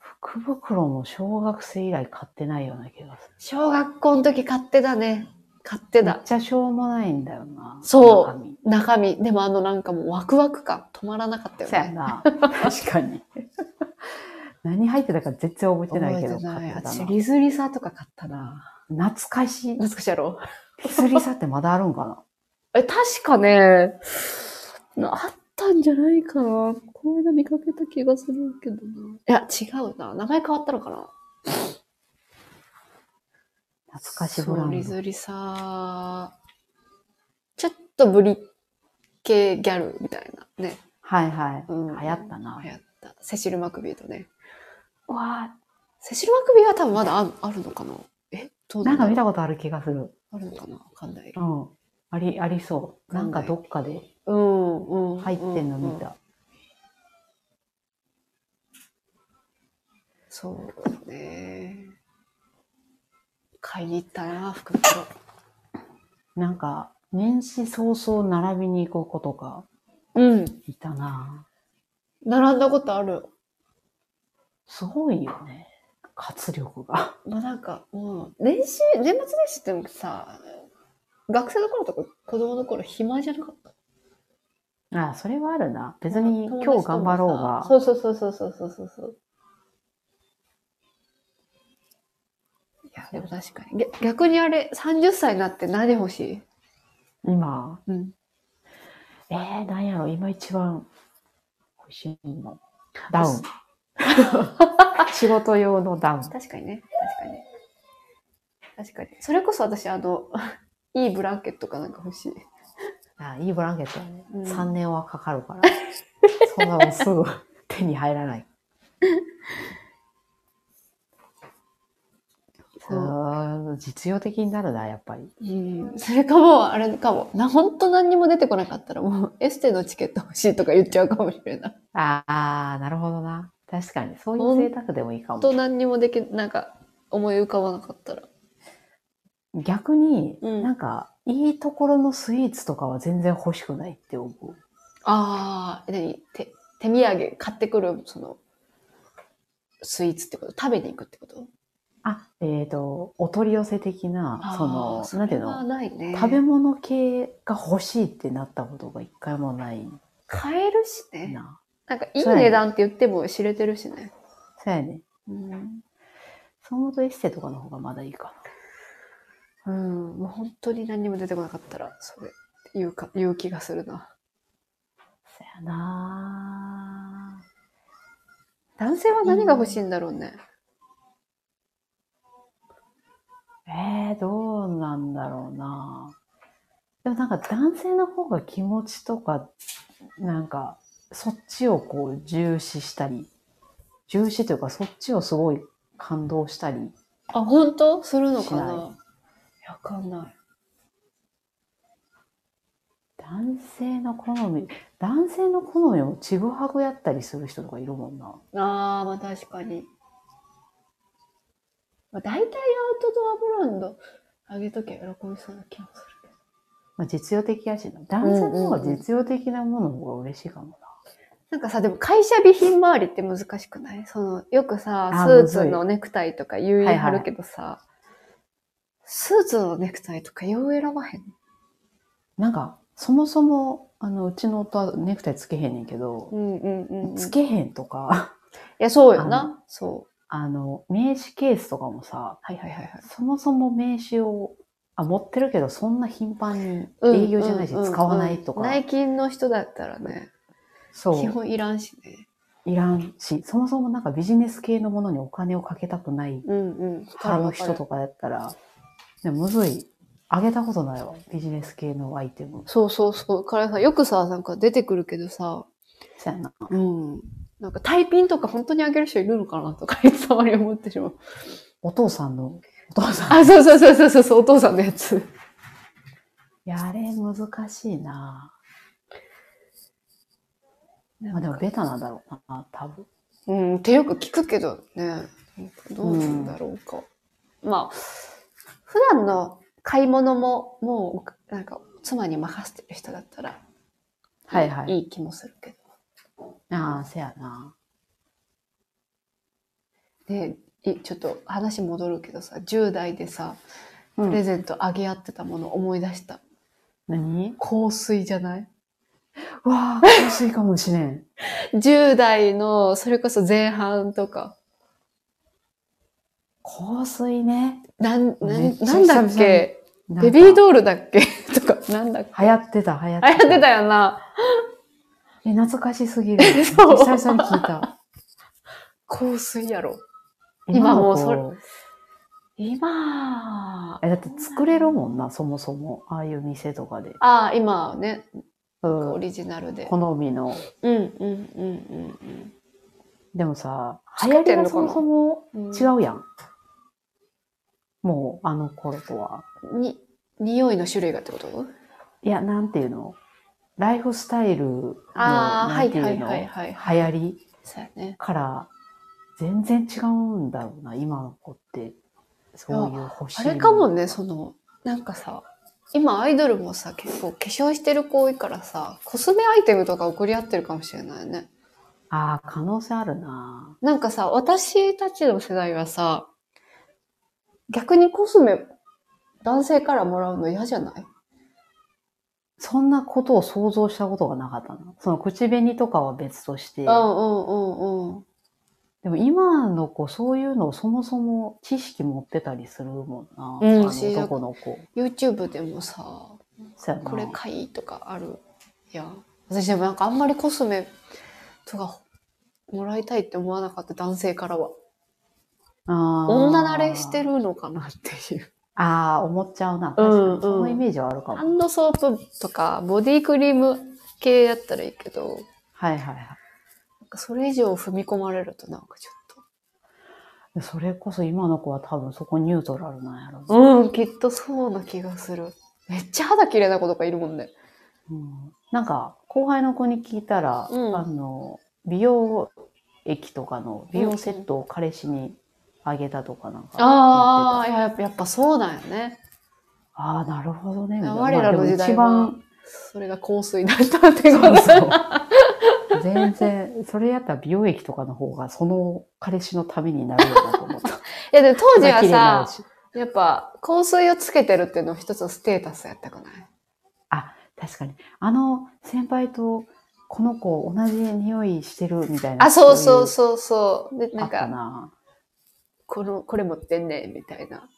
[SPEAKER 2] 福袋も小学生以来買ってないような気がする。
[SPEAKER 1] 小学校の時買ってたね。買って。
[SPEAKER 2] めったちゃしょうもないんだよな。
[SPEAKER 1] そう
[SPEAKER 2] 中身
[SPEAKER 1] 中身。でもあのなんかもうワクワク感止まらなかったよ
[SPEAKER 2] そうや
[SPEAKER 1] ね。
[SPEAKER 2] な。 確かに。何入ってたか全然覚えてないけど、
[SPEAKER 1] 覚え
[SPEAKER 2] 買っててた
[SPEAKER 1] 私、
[SPEAKER 2] な
[SPEAKER 1] リズリサとか買ったな。
[SPEAKER 2] 懐かしい。
[SPEAKER 1] 懐かしいやろ
[SPEAKER 2] ピスリサってまだあるんかな
[SPEAKER 1] え、確かね、あったんじゃないかな。こういうの見かけた気がするけどな。いや、違うな。名前変わったのかな。
[SPEAKER 2] 懐かしブラ
[SPEAKER 1] そうリ
[SPEAKER 2] ンド。
[SPEAKER 1] ズリサちょっとブリ系ギャルみたいなね。
[SPEAKER 2] はいはい。
[SPEAKER 1] うん
[SPEAKER 2] 流行ったな
[SPEAKER 1] 流。行った。セシル・マクビーとね。
[SPEAKER 2] わ
[SPEAKER 1] セシル・マクビーは多分まだああるのかなえどう
[SPEAKER 2] なんか見
[SPEAKER 1] た
[SPEAKER 2] たことある気がする。
[SPEAKER 1] あるのかなわかんない。
[SPEAKER 2] うん。あり、ありそう。なんかどっかで
[SPEAKER 1] うん、うん。
[SPEAKER 2] 入ってんの見
[SPEAKER 1] うん。
[SPEAKER 2] た。
[SPEAKER 1] そうね。買いに行ったな、福袋。
[SPEAKER 2] なんか、年始早々並びに行く子とか
[SPEAKER 1] うん。
[SPEAKER 2] いたな。
[SPEAKER 1] 並んだことある。
[SPEAKER 2] すごいよね。活力が。
[SPEAKER 1] まあなんか、もう、年始、年末年始ってもさ、学生の頃とか子供の頃暇じゃなかった。
[SPEAKER 2] ああ、それはあるな。別に今日頑張ろうが。
[SPEAKER 1] そうそうそうそうそうそうそうそう。いや、でも確かに。げ逆にあれ、30歳になって何欲しい
[SPEAKER 2] 今、
[SPEAKER 1] うん。
[SPEAKER 2] えー、なんやろ、今一番欲しいの。ダウン。仕事用のダウン。
[SPEAKER 1] 確かにね。確かに。確かに。それこそ私、あの、 いいブランケットかなんか欲しい。
[SPEAKER 2] あいいブランケットやね。
[SPEAKER 1] うん
[SPEAKER 2] 3年はかか るから。そんなもんすぐ手に入らない。
[SPEAKER 1] そう
[SPEAKER 2] うん実用的になるな、やっぱり。
[SPEAKER 1] うん、それかもう、あれかも。な、本当何にも出てこなかったら、もう、エステのチケット欲しいとか言っちゃうかもしれない。
[SPEAKER 2] ああ、なるほどな。確かに。そういう贅沢でもいいか
[SPEAKER 1] 本
[SPEAKER 2] も。
[SPEAKER 1] 当何にもでき、なんか、思い浮かばなかったら。
[SPEAKER 2] 逆に、
[SPEAKER 1] うん
[SPEAKER 2] なんか、いいところのスイーツとかは全然欲しくないって思う。
[SPEAKER 1] ああ、何手、手土産買ってくる、その、スイーツってこと食べに行くってこと
[SPEAKER 2] あ、えっ、と、お取り寄せ的な、その、
[SPEAKER 1] そ
[SPEAKER 2] なんて
[SPEAKER 1] れ
[SPEAKER 2] いうの
[SPEAKER 1] はないね。
[SPEAKER 2] 食べ物系が欲しいってなったことが一回もない
[SPEAKER 1] 買えるしね。
[SPEAKER 2] な。
[SPEAKER 1] なんか、いい値段って言っても知れてるしね。
[SPEAKER 2] そうやね。
[SPEAKER 1] うん。
[SPEAKER 2] そう思うとエッセイとかの方がまだいいか
[SPEAKER 1] うん、もう本当に何にも出てこなかったら、それ、言うか、言う気がするな。
[SPEAKER 2] な。そうやな
[SPEAKER 1] 男性は何が欲しいんだろうね。
[SPEAKER 2] えー、どうなんだろうなでもなんか男性の方が気持ちとか、なんか、そっちをこう重視したり、重視というかそっちをすごい感動したり、
[SPEAKER 1] あ、本当するのか
[SPEAKER 2] しない
[SPEAKER 1] ないわかんない。
[SPEAKER 2] 男性の好み、男性の好みもちぐはぐやったりする人とかいるもんな。
[SPEAKER 1] あー、まあ確かに。まあ、大体アウトドアブランドあげときゃ喜びそうな気もするけど。
[SPEAKER 2] まあ、実用的やしな。男性の方が実用的なものの方が嬉しいかも
[SPEAKER 1] なんかさ、でも会社備品周りって難しくないその、よくさ、
[SPEAKER 2] あ
[SPEAKER 1] ス
[SPEAKER 2] ー
[SPEAKER 1] ーツのネクタイとか言う
[SPEAKER 2] はいはい
[SPEAKER 1] あるけどさ、スーツのネクタイとかよう選ばへん。
[SPEAKER 2] な。なんか、そもそも、あの、うちの夫はネクタイつけへんねんけど
[SPEAKER 1] う、んうんうん、
[SPEAKER 2] つ
[SPEAKER 1] い
[SPEAKER 2] けへんとか、
[SPEAKER 1] や、そうよ
[SPEAKER 2] あ
[SPEAKER 1] な。そう。
[SPEAKER 2] あの、名刺ケースとかもさ、
[SPEAKER 1] はいはいはいはい。
[SPEAKER 2] そもそも名刺を、あ、持ってるけど、そんな頻繁
[SPEAKER 1] うん
[SPEAKER 2] に営業じゃないし、
[SPEAKER 1] うんうん
[SPEAKER 2] 使わないとか、
[SPEAKER 1] 内勤の人だったらね、
[SPEAKER 2] そ
[SPEAKER 1] 基
[SPEAKER 2] う、
[SPEAKER 1] 本いらんしね。
[SPEAKER 2] いらんし、そもそもなんかビジネス系のものにお金をかけたくない
[SPEAKER 1] うんうん。
[SPEAKER 2] 派の人とかやったら、でもむずい。あげたことないわ、ビジネス系のアイテム。
[SPEAKER 1] そうそうそう。からさ、よくさ、なんか出てくるけどさ、
[SPEAKER 2] そやな。
[SPEAKER 1] うん。なんかタイピンとか本当にあげる人いるのかなとか、いつまに思ってしまう。
[SPEAKER 2] お父さんの、お父さん
[SPEAKER 1] あ、そうそうそうそうそうそう、お父さんのやつ。
[SPEAKER 2] いや、あれ難しいなまあでもベタなんだろうな、多分。
[SPEAKER 1] うん、ってよく聞くけどね。どうなんだろうか。まあ、普段の買い物も、もう、なんか、妻に任せてる人だったら、
[SPEAKER 2] はいは
[SPEAKER 1] い
[SPEAKER 2] い。
[SPEAKER 1] い気もするけど。
[SPEAKER 2] ああ、せやな。
[SPEAKER 1] で、いちょっと話戻るけどさ、10代でさ、
[SPEAKER 2] う
[SPEAKER 1] プレ
[SPEAKER 2] ん、
[SPEAKER 1] ゼントあげ合ってたもの思い出した。
[SPEAKER 2] 何
[SPEAKER 1] 香水じゃない
[SPEAKER 2] わあ、 香水かもしれん。
[SPEAKER 1] 10代の、それこそ前半とか、
[SPEAKER 2] 香水ね。
[SPEAKER 1] なん、な
[SPEAKER 2] め
[SPEAKER 1] ん
[SPEAKER 2] っ、ちゃ
[SPEAKER 1] なんだっけベビー
[SPEAKER 2] ー
[SPEAKER 1] ドールだっけ とか、なんだっけ
[SPEAKER 2] 流行ってた、流行って
[SPEAKER 1] 流
[SPEAKER 2] た。
[SPEAKER 1] 行ってたよな。
[SPEAKER 2] え、懐かしすぎる。久
[SPEAKER 1] そう
[SPEAKER 2] 々に聞いた。
[SPEAKER 1] 香水やろ。 今もうそれ
[SPEAKER 2] の子
[SPEAKER 1] 今、
[SPEAKER 2] え、だって作れるもんな、そもそも。ああいう店とかで。
[SPEAKER 1] ああ、今はね、なんか
[SPEAKER 2] う
[SPEAKER 1] オ
[SPEAKER 2] ん、
[SPEAKER 1] リジナルで。
[SPEAKER 2] 好みの。
[SPEAKER 1] うんうんうん
[SPEAKER 2] でもさ、流
[SPEAKER 1] 作っ
[SPEAKER 2] 行り
[SPEAKER 1] てん
[SPEAKER 2] が
[SPEAKER 1] のか
[SPEAKER 2] そ
[SPEAKER 1] な
[SPEAKER 2] もそも
[SPEAKER 1] うんうん。
[SPEAKER 2] 違うやん。もう、あの頃とは。
[SPEAKER 1] うん。に、匂いの種類がってこと
[SPEAKER 2] いや、なんていうのライフスタイルの、
[SPEAKER 1] ああ、
[SPEAKER 2] な
[SPEAKER 1] はい
[SPEAKER 2] んて
[SPEAKER 1] はいいう
[SPEAKER 2] の、
[SPEAKER 1] はいはいはい。
[SPEAKER 2] 流行り
[SPEAKER 1] そうやね。
[SPEAKER 2] から全然違うんだろうな、今の子って。そういう欲しい
[SPEAKER 1] あ
[SPEAKER 2] もの。
[SPEAKER 1] れかもね、その、なんかさ、今アイドルもさ、結構化粧してる子多いからさ、コスメアイテムとか送り合ってるかもしれないね。
[SPEAKER 2] ああ、可能性あるな。
[SPEAKER 1] なんかさ、私たちの世代はさ、逆にコスメ、男性からもらうの嫌じゃない
[SPEAKER 2] そんなことを想像したことがなかったな。その口紅とかは別として。
[SPEAKER 1] うんうんうんうん。
[SPEAKER 2] でも今の子、そういうのをそもそも知識持ってたりするもんな。
[SPEAKER 1] うん
[SPEAKER 2] あ
[SPEAKER 1] 知
[SPEAKER 2] の
[SPEAKER 1] らん
[SPEAKER 2] 男の子。
[SPEAKER 1] YouTube でもさ、
[SPEAKER 2] そうやな
[SPEAKER 1] これ買いとかあるやん私でもなんかあんまりコスメとかもらいたいって思わなかった男性からは
[SPEAKER 2] あー
[SPEAKER 1] 女慣れしてるのかなっていう
[SPEAKER 2] ああ、思っちゃうな。
[SPEAKER 1] うん
[SPEAKER 2] 確かに。
[SPEAKER 1] うん
[SPEAKER 2] そのイメージはあるかも。
[SPEAKER 1] ハンドソープとかボディクリーム系やったらいいけど
[SPEAKER 2] はいはいはい。
[SPEAKER 1] なんかそれ以上踏み込まれるとなんかちょ
[SPEAKER 2] それこそ今の子は多分そこニュートラルなんやろ
[SPEAKER 1] っ。とうんきっとそうな気がするめっちゃ肌綺麗な子とかいるもんね
[SPEAKER 2] うんなんか、後輩の子に聞いたら、
[SPEAKER 1] うん
[SPEAKER 2] あの、美容液とかの美容セットを彼氏にあげたとかなんか言ってた。
[SPEAKER 1] ああやっぱやっぱそうなんよね
[SPEAKER 2] ああ、なるほどね。みたいな
[SPEAKER 1] 我らの時代
[SPEAKER 2] まあ
[SPEAKER 1] は
[SPEAKER 2] でも
[SPEAKER 1] それが香水だったってこと
[SPEAKER 2] 一番、そう そう。全然、それやったら美容液とかの方が、その彼氏のためになるよなと 思った。
[SPEAKER 1] いやでも当時は
[SPEAKER 2] 綺麗にな
[SPEAKER 1] さ
[SPEAKER 2] るし
[SPEAKER 1] やっぱ香水をつけてるっていうのは一つのステータスやったくない
[SPEAKER 2] 確かに。あの、先輩と、この子同じ匂いしてるみたいな。
[SPEAKER 1] あ、そうそう
[SPEAKER 2] そ
[SPEAKER 1] そうそう。で、
[SPEAKER 2] ういう。
[SPEAKER 1] な
[SPEAKER 2] あ
[SPEAKER 1] ん
[SPEAKER 2] った
[SPEAKER 1] か、
[SPEAKER 2] な。
[SPEAKER 1] この、これ持ってんねんみたいな。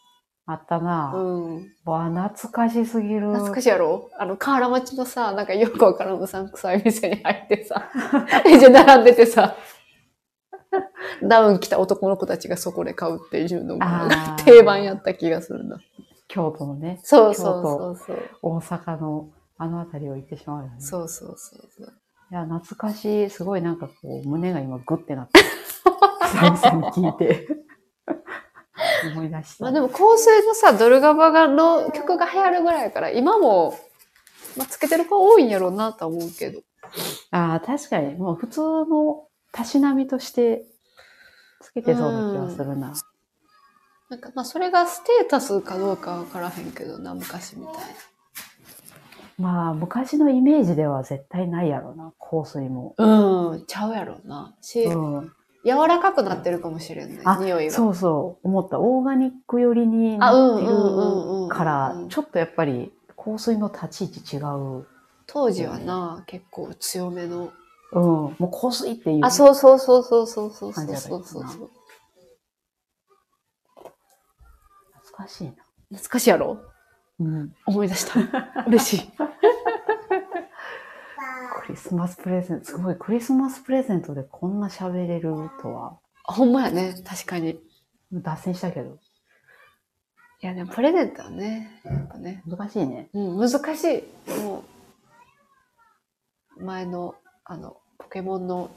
[SPEAKER 2] あった
[SPEAKER 1] う
[SPEAKER 2] な。
[SPEAKER 1] ん。
[SPEAKER 2] わあ、懐かしすぎる。
[SPEAKER 1] 懐かしいやろあの、河原町のさ、なんかよくわからんうさんくさい店に入ってさ、 レジ並んでてさ、ダウン着た男の子たちがそこで買うっていうのが
[SPEAKER 2] あー
[SPEAKER 1] 定番やった気がするな。
[SPEAKER 2] 京都のね、
[SPEAKER 1] そうそうそうそう。
[SPEAKER 2] 大阪のあの辺りを行ってしまうよね。
[SPEAKER 1] そうそうそうそう。
[SPEAKER 2] いや、懐かしい。すごいなんかこう、胸が今グッてなってる。久々に聞いて。思い出した。
[SPEAKER 1] まあでも香水のさ、ドルガバがの曲が流行るぐらいやから、今も、まあ、つけてる子多いんやろうなとは思うけど。
[SPEAKER 2] ああ、確かに、もう普通のたしなみとして、つけてそうな気がするな。
[SPEAKER 1] なんかまあそれがステータスかどうかわからへんけどな、昔みたい
[SPEAKER 2] まあ、昔のイメージでは絶対ないやろうな、香水も。
[SPEAKER 1] な。うん、ちゃうやろうな。し、
[SPEAKER 2] うん、
[SPEAKER 1] 柔らかくなってるかもしれんね
[SPEAKER 2] あ、
[SPEAKER 1] 匂いが。
[SPEAKER 2] そうそう、思った。オーガニック寄りに
[SPEAKER 1] あ、うんう
[SPEAKER 2] なっ
[SPEAKER 1] ん
[SPEAKER 2] て
[SPEAKER 1] うんうんう
[SPEAKER 2] る
[SPEAKER 1] ん。
[SPEAKER 2] から、ちょっとやっぱり香水の立ち位置違う。
[SPEAKER 1] 当時はな、結構強めの。
[SPEAKER 2] うん、もう香水っていう。
[SPEAKER 1] あ、そうそうそうそうそうそうそうそうそう。
[SPEAKER 2] 感じや
[SPEAKER 1] 懐
[SPEAKER 2] 懐かしいな。
[SPEAKER 1] かしいやろ
[SPEAKER 2] うん。
[SPEAKER 1] 思い出 した。嬉しい。
[SPEAKER 2] クリスマスプレゼント、すごい、クリスマスプレゼントでこんな喋れるとは、
[SPEAKER 1] あほんまやね、確かに。い
[SPEAKER 2] 脱線したけど、
[SPEAKER 1] やでもプレゼントはね、やっぱね。
[SPEAKER 2] 難しいね。
[SPEAKER 1] うん、難しい。もう、前の、あの、ポケモンの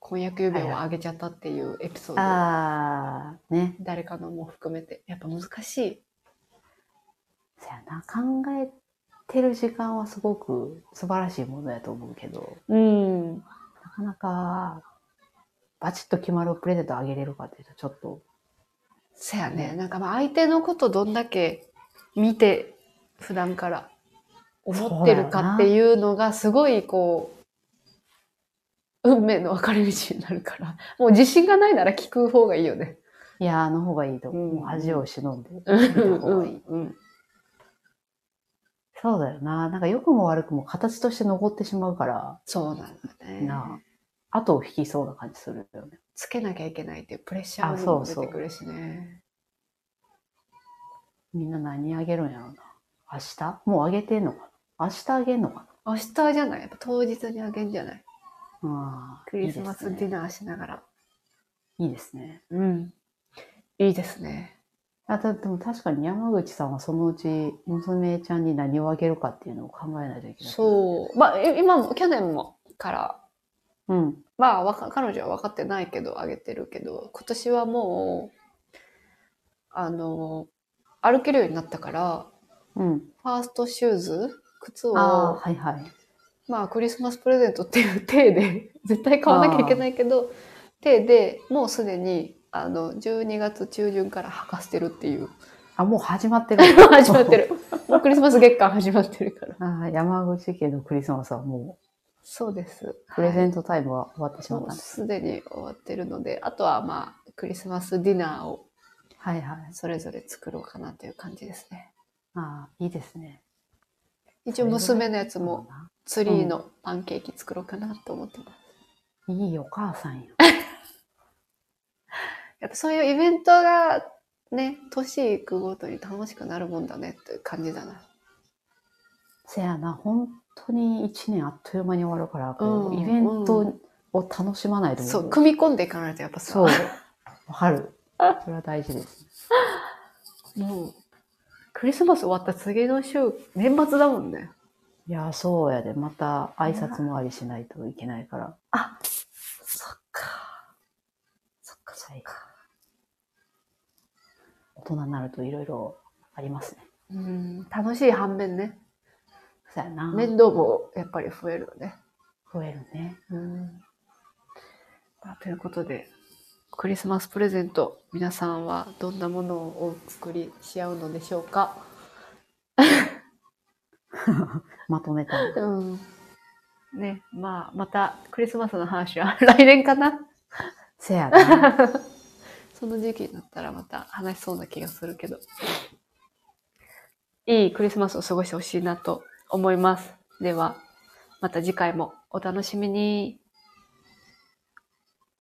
[SPEAKER 1] 婚約指輪をあげちゃったっていうエピソード、
[SPEAKER 2] あー、ね。
[SPEAKER 1] 誰かのも含めて、やっぱ難しい。
[SPEAKER 2] そやな、考えてる時間はすごく素晴らしいものやと思うけど、
[SPEAKER 1] うん。
[SPEAKER 2] なかなか、バチッと決まるプレゼントあげれるかっていうと、ちょっと、
[SPEAKER 1] そやね。
[SPEAKER 2] ね
[SPEAKER 1] なんかまあ相手のことどんだけ見て、普段から思ってるかっていうのが、すごいこう、運命の分かれ道になるから、もう自信がないなら聞く方がいいよね。
[SPEAKER 2] いやー、あの方がいいと思う。
[SPEAKER 1] うん
[SPEAKER 2] もう恥を忍んで、見
[SPEAKER 1] う
[SPEAKER 2] た
[SPEAKER 1] ん
[SPEAKER 2] 方がいい。
[SPEAKER 1] うん。
[SPEAKER 2] そうだよな。なんか良くも悪くも形として残ってしまうから、
[SPEAKER 1] そうなんだね。
[SPEAKER 2] なあ、後を引きそうな感じするよね。
[SPEAKER 1] つけなきゃいけないっていうプレッシャーも
[SPEAKER 2] あ
[SPEAKER 1] 出
[SPEAKER 2] そうそう
[SPEAKER 1] てくるしね。
[SPEAKER 2] みんな何あげるんやろうな。明日もうあげてんのかな明日あげんのか
[SPEAKER 1] 明日じゃないやっぱ当日にあげんじゃない
[SPEAKER 2] なうん
[SPEAKER 1] クリスマスディナーしながら。
[SPEAKER 2] いいですね。
[SPEAKER 1] うん。いいですね。
[SPEAKER 2] あたでも確かに山口さんはそのうち娘ちゃんに何をあげるかっていうのを考えないといけない。
[SPEAKER 1] そう。まあ、え今も、去年もから、
[SPEAKER 2] う。うん。
[SPEAKER 1] まあ、わか彼女は分かってないけど、あげてるけど、今年はもう、あの、歩けるようになったから、
[SPEAKER 2] うん。
[SPEAKER 1] ファーストシューズ靴を、
[SPEAKER 2] ああ、はいはい。
[SPEAKER 1] まあ、クリスマスプレゼントっていう体で、 絶対買わなきゃいけないけど、体でもうすでに、あの、12月中旬から履かせてるって いう。
[SPEAKER 2] あ、もう始まってる。
[SPEAKER 1] 始まって。る。もうクリスマス月間始まってるから。
[SPEAKER 2] ああ、山口家のクリスマスはも
[SPEAKER 1] そうです。
[SPEAKER 2] う、プレゼ
[SPEAKER 1] ン
[SPEAKER 2] ントタイムは終わってしまったんです。
[SPEAKER 1] すでに終わってるので、あとはまあ、クリスマスディナーを
[SPEAKER 2] はいはい。
[SPEAKER 1] それぞれ作ろうかなという感じですね。
[SPEAKER 2] ああ、いいですね。
[SPEAKER 1] 一応娘のやつもツリーのパンケーキ作ろうかなと思ってます。
[SPEAKER 2] いいお母さんや。
[SPEAKER 1] やっぱそういうイベントがね、年いくごとに楽しくなるもんだねっていう感じだな。
[SPEAKER 2] せやな、本当に一年あっという間に終わるから、こ
[SPEAKER 1] う
[SPEAKER 2] うんイベントを楽しまないと。
[SPEAKER 1] そう、組み込んでいかないとやっぱさ、
[SPEAKER 2] そう。わかる。それは大事です。
[SPEAKER 1] もう、クリスマス終わった次の週、年末だもんね。
[SPEAKER 2] いや、そうやで。また挨拶回りしないといけないから。
[SPEAKER 1] そっか。そっか
[SPEAKER 2] そっか。大人になるといろいろありますね。
[SPEAKER 1] うん、楽しい反面ね。
[SPEAKER 2] そうやな。
[SPEAKER 1] 面倒もやっぱり増えるよね。
[SPEAKER 2] 増えるね。
[SPEAKER 1] うん。まあということで、クリスマスプレゼント、皆さんはどんなものをお作りし合うのでしょうか。
[SPEAKER 2] まとめた。
[SPEAKER 1] うん。ね、まあ、またクリスマスの話は 来年かな。
[SPEAKER 2] せやな。
[SPEAKER 1] その時期になったらまた話しそうな気がするけど。いいクリスマスを過ごしてほしいなと思います。では、また次回もお楽しみに。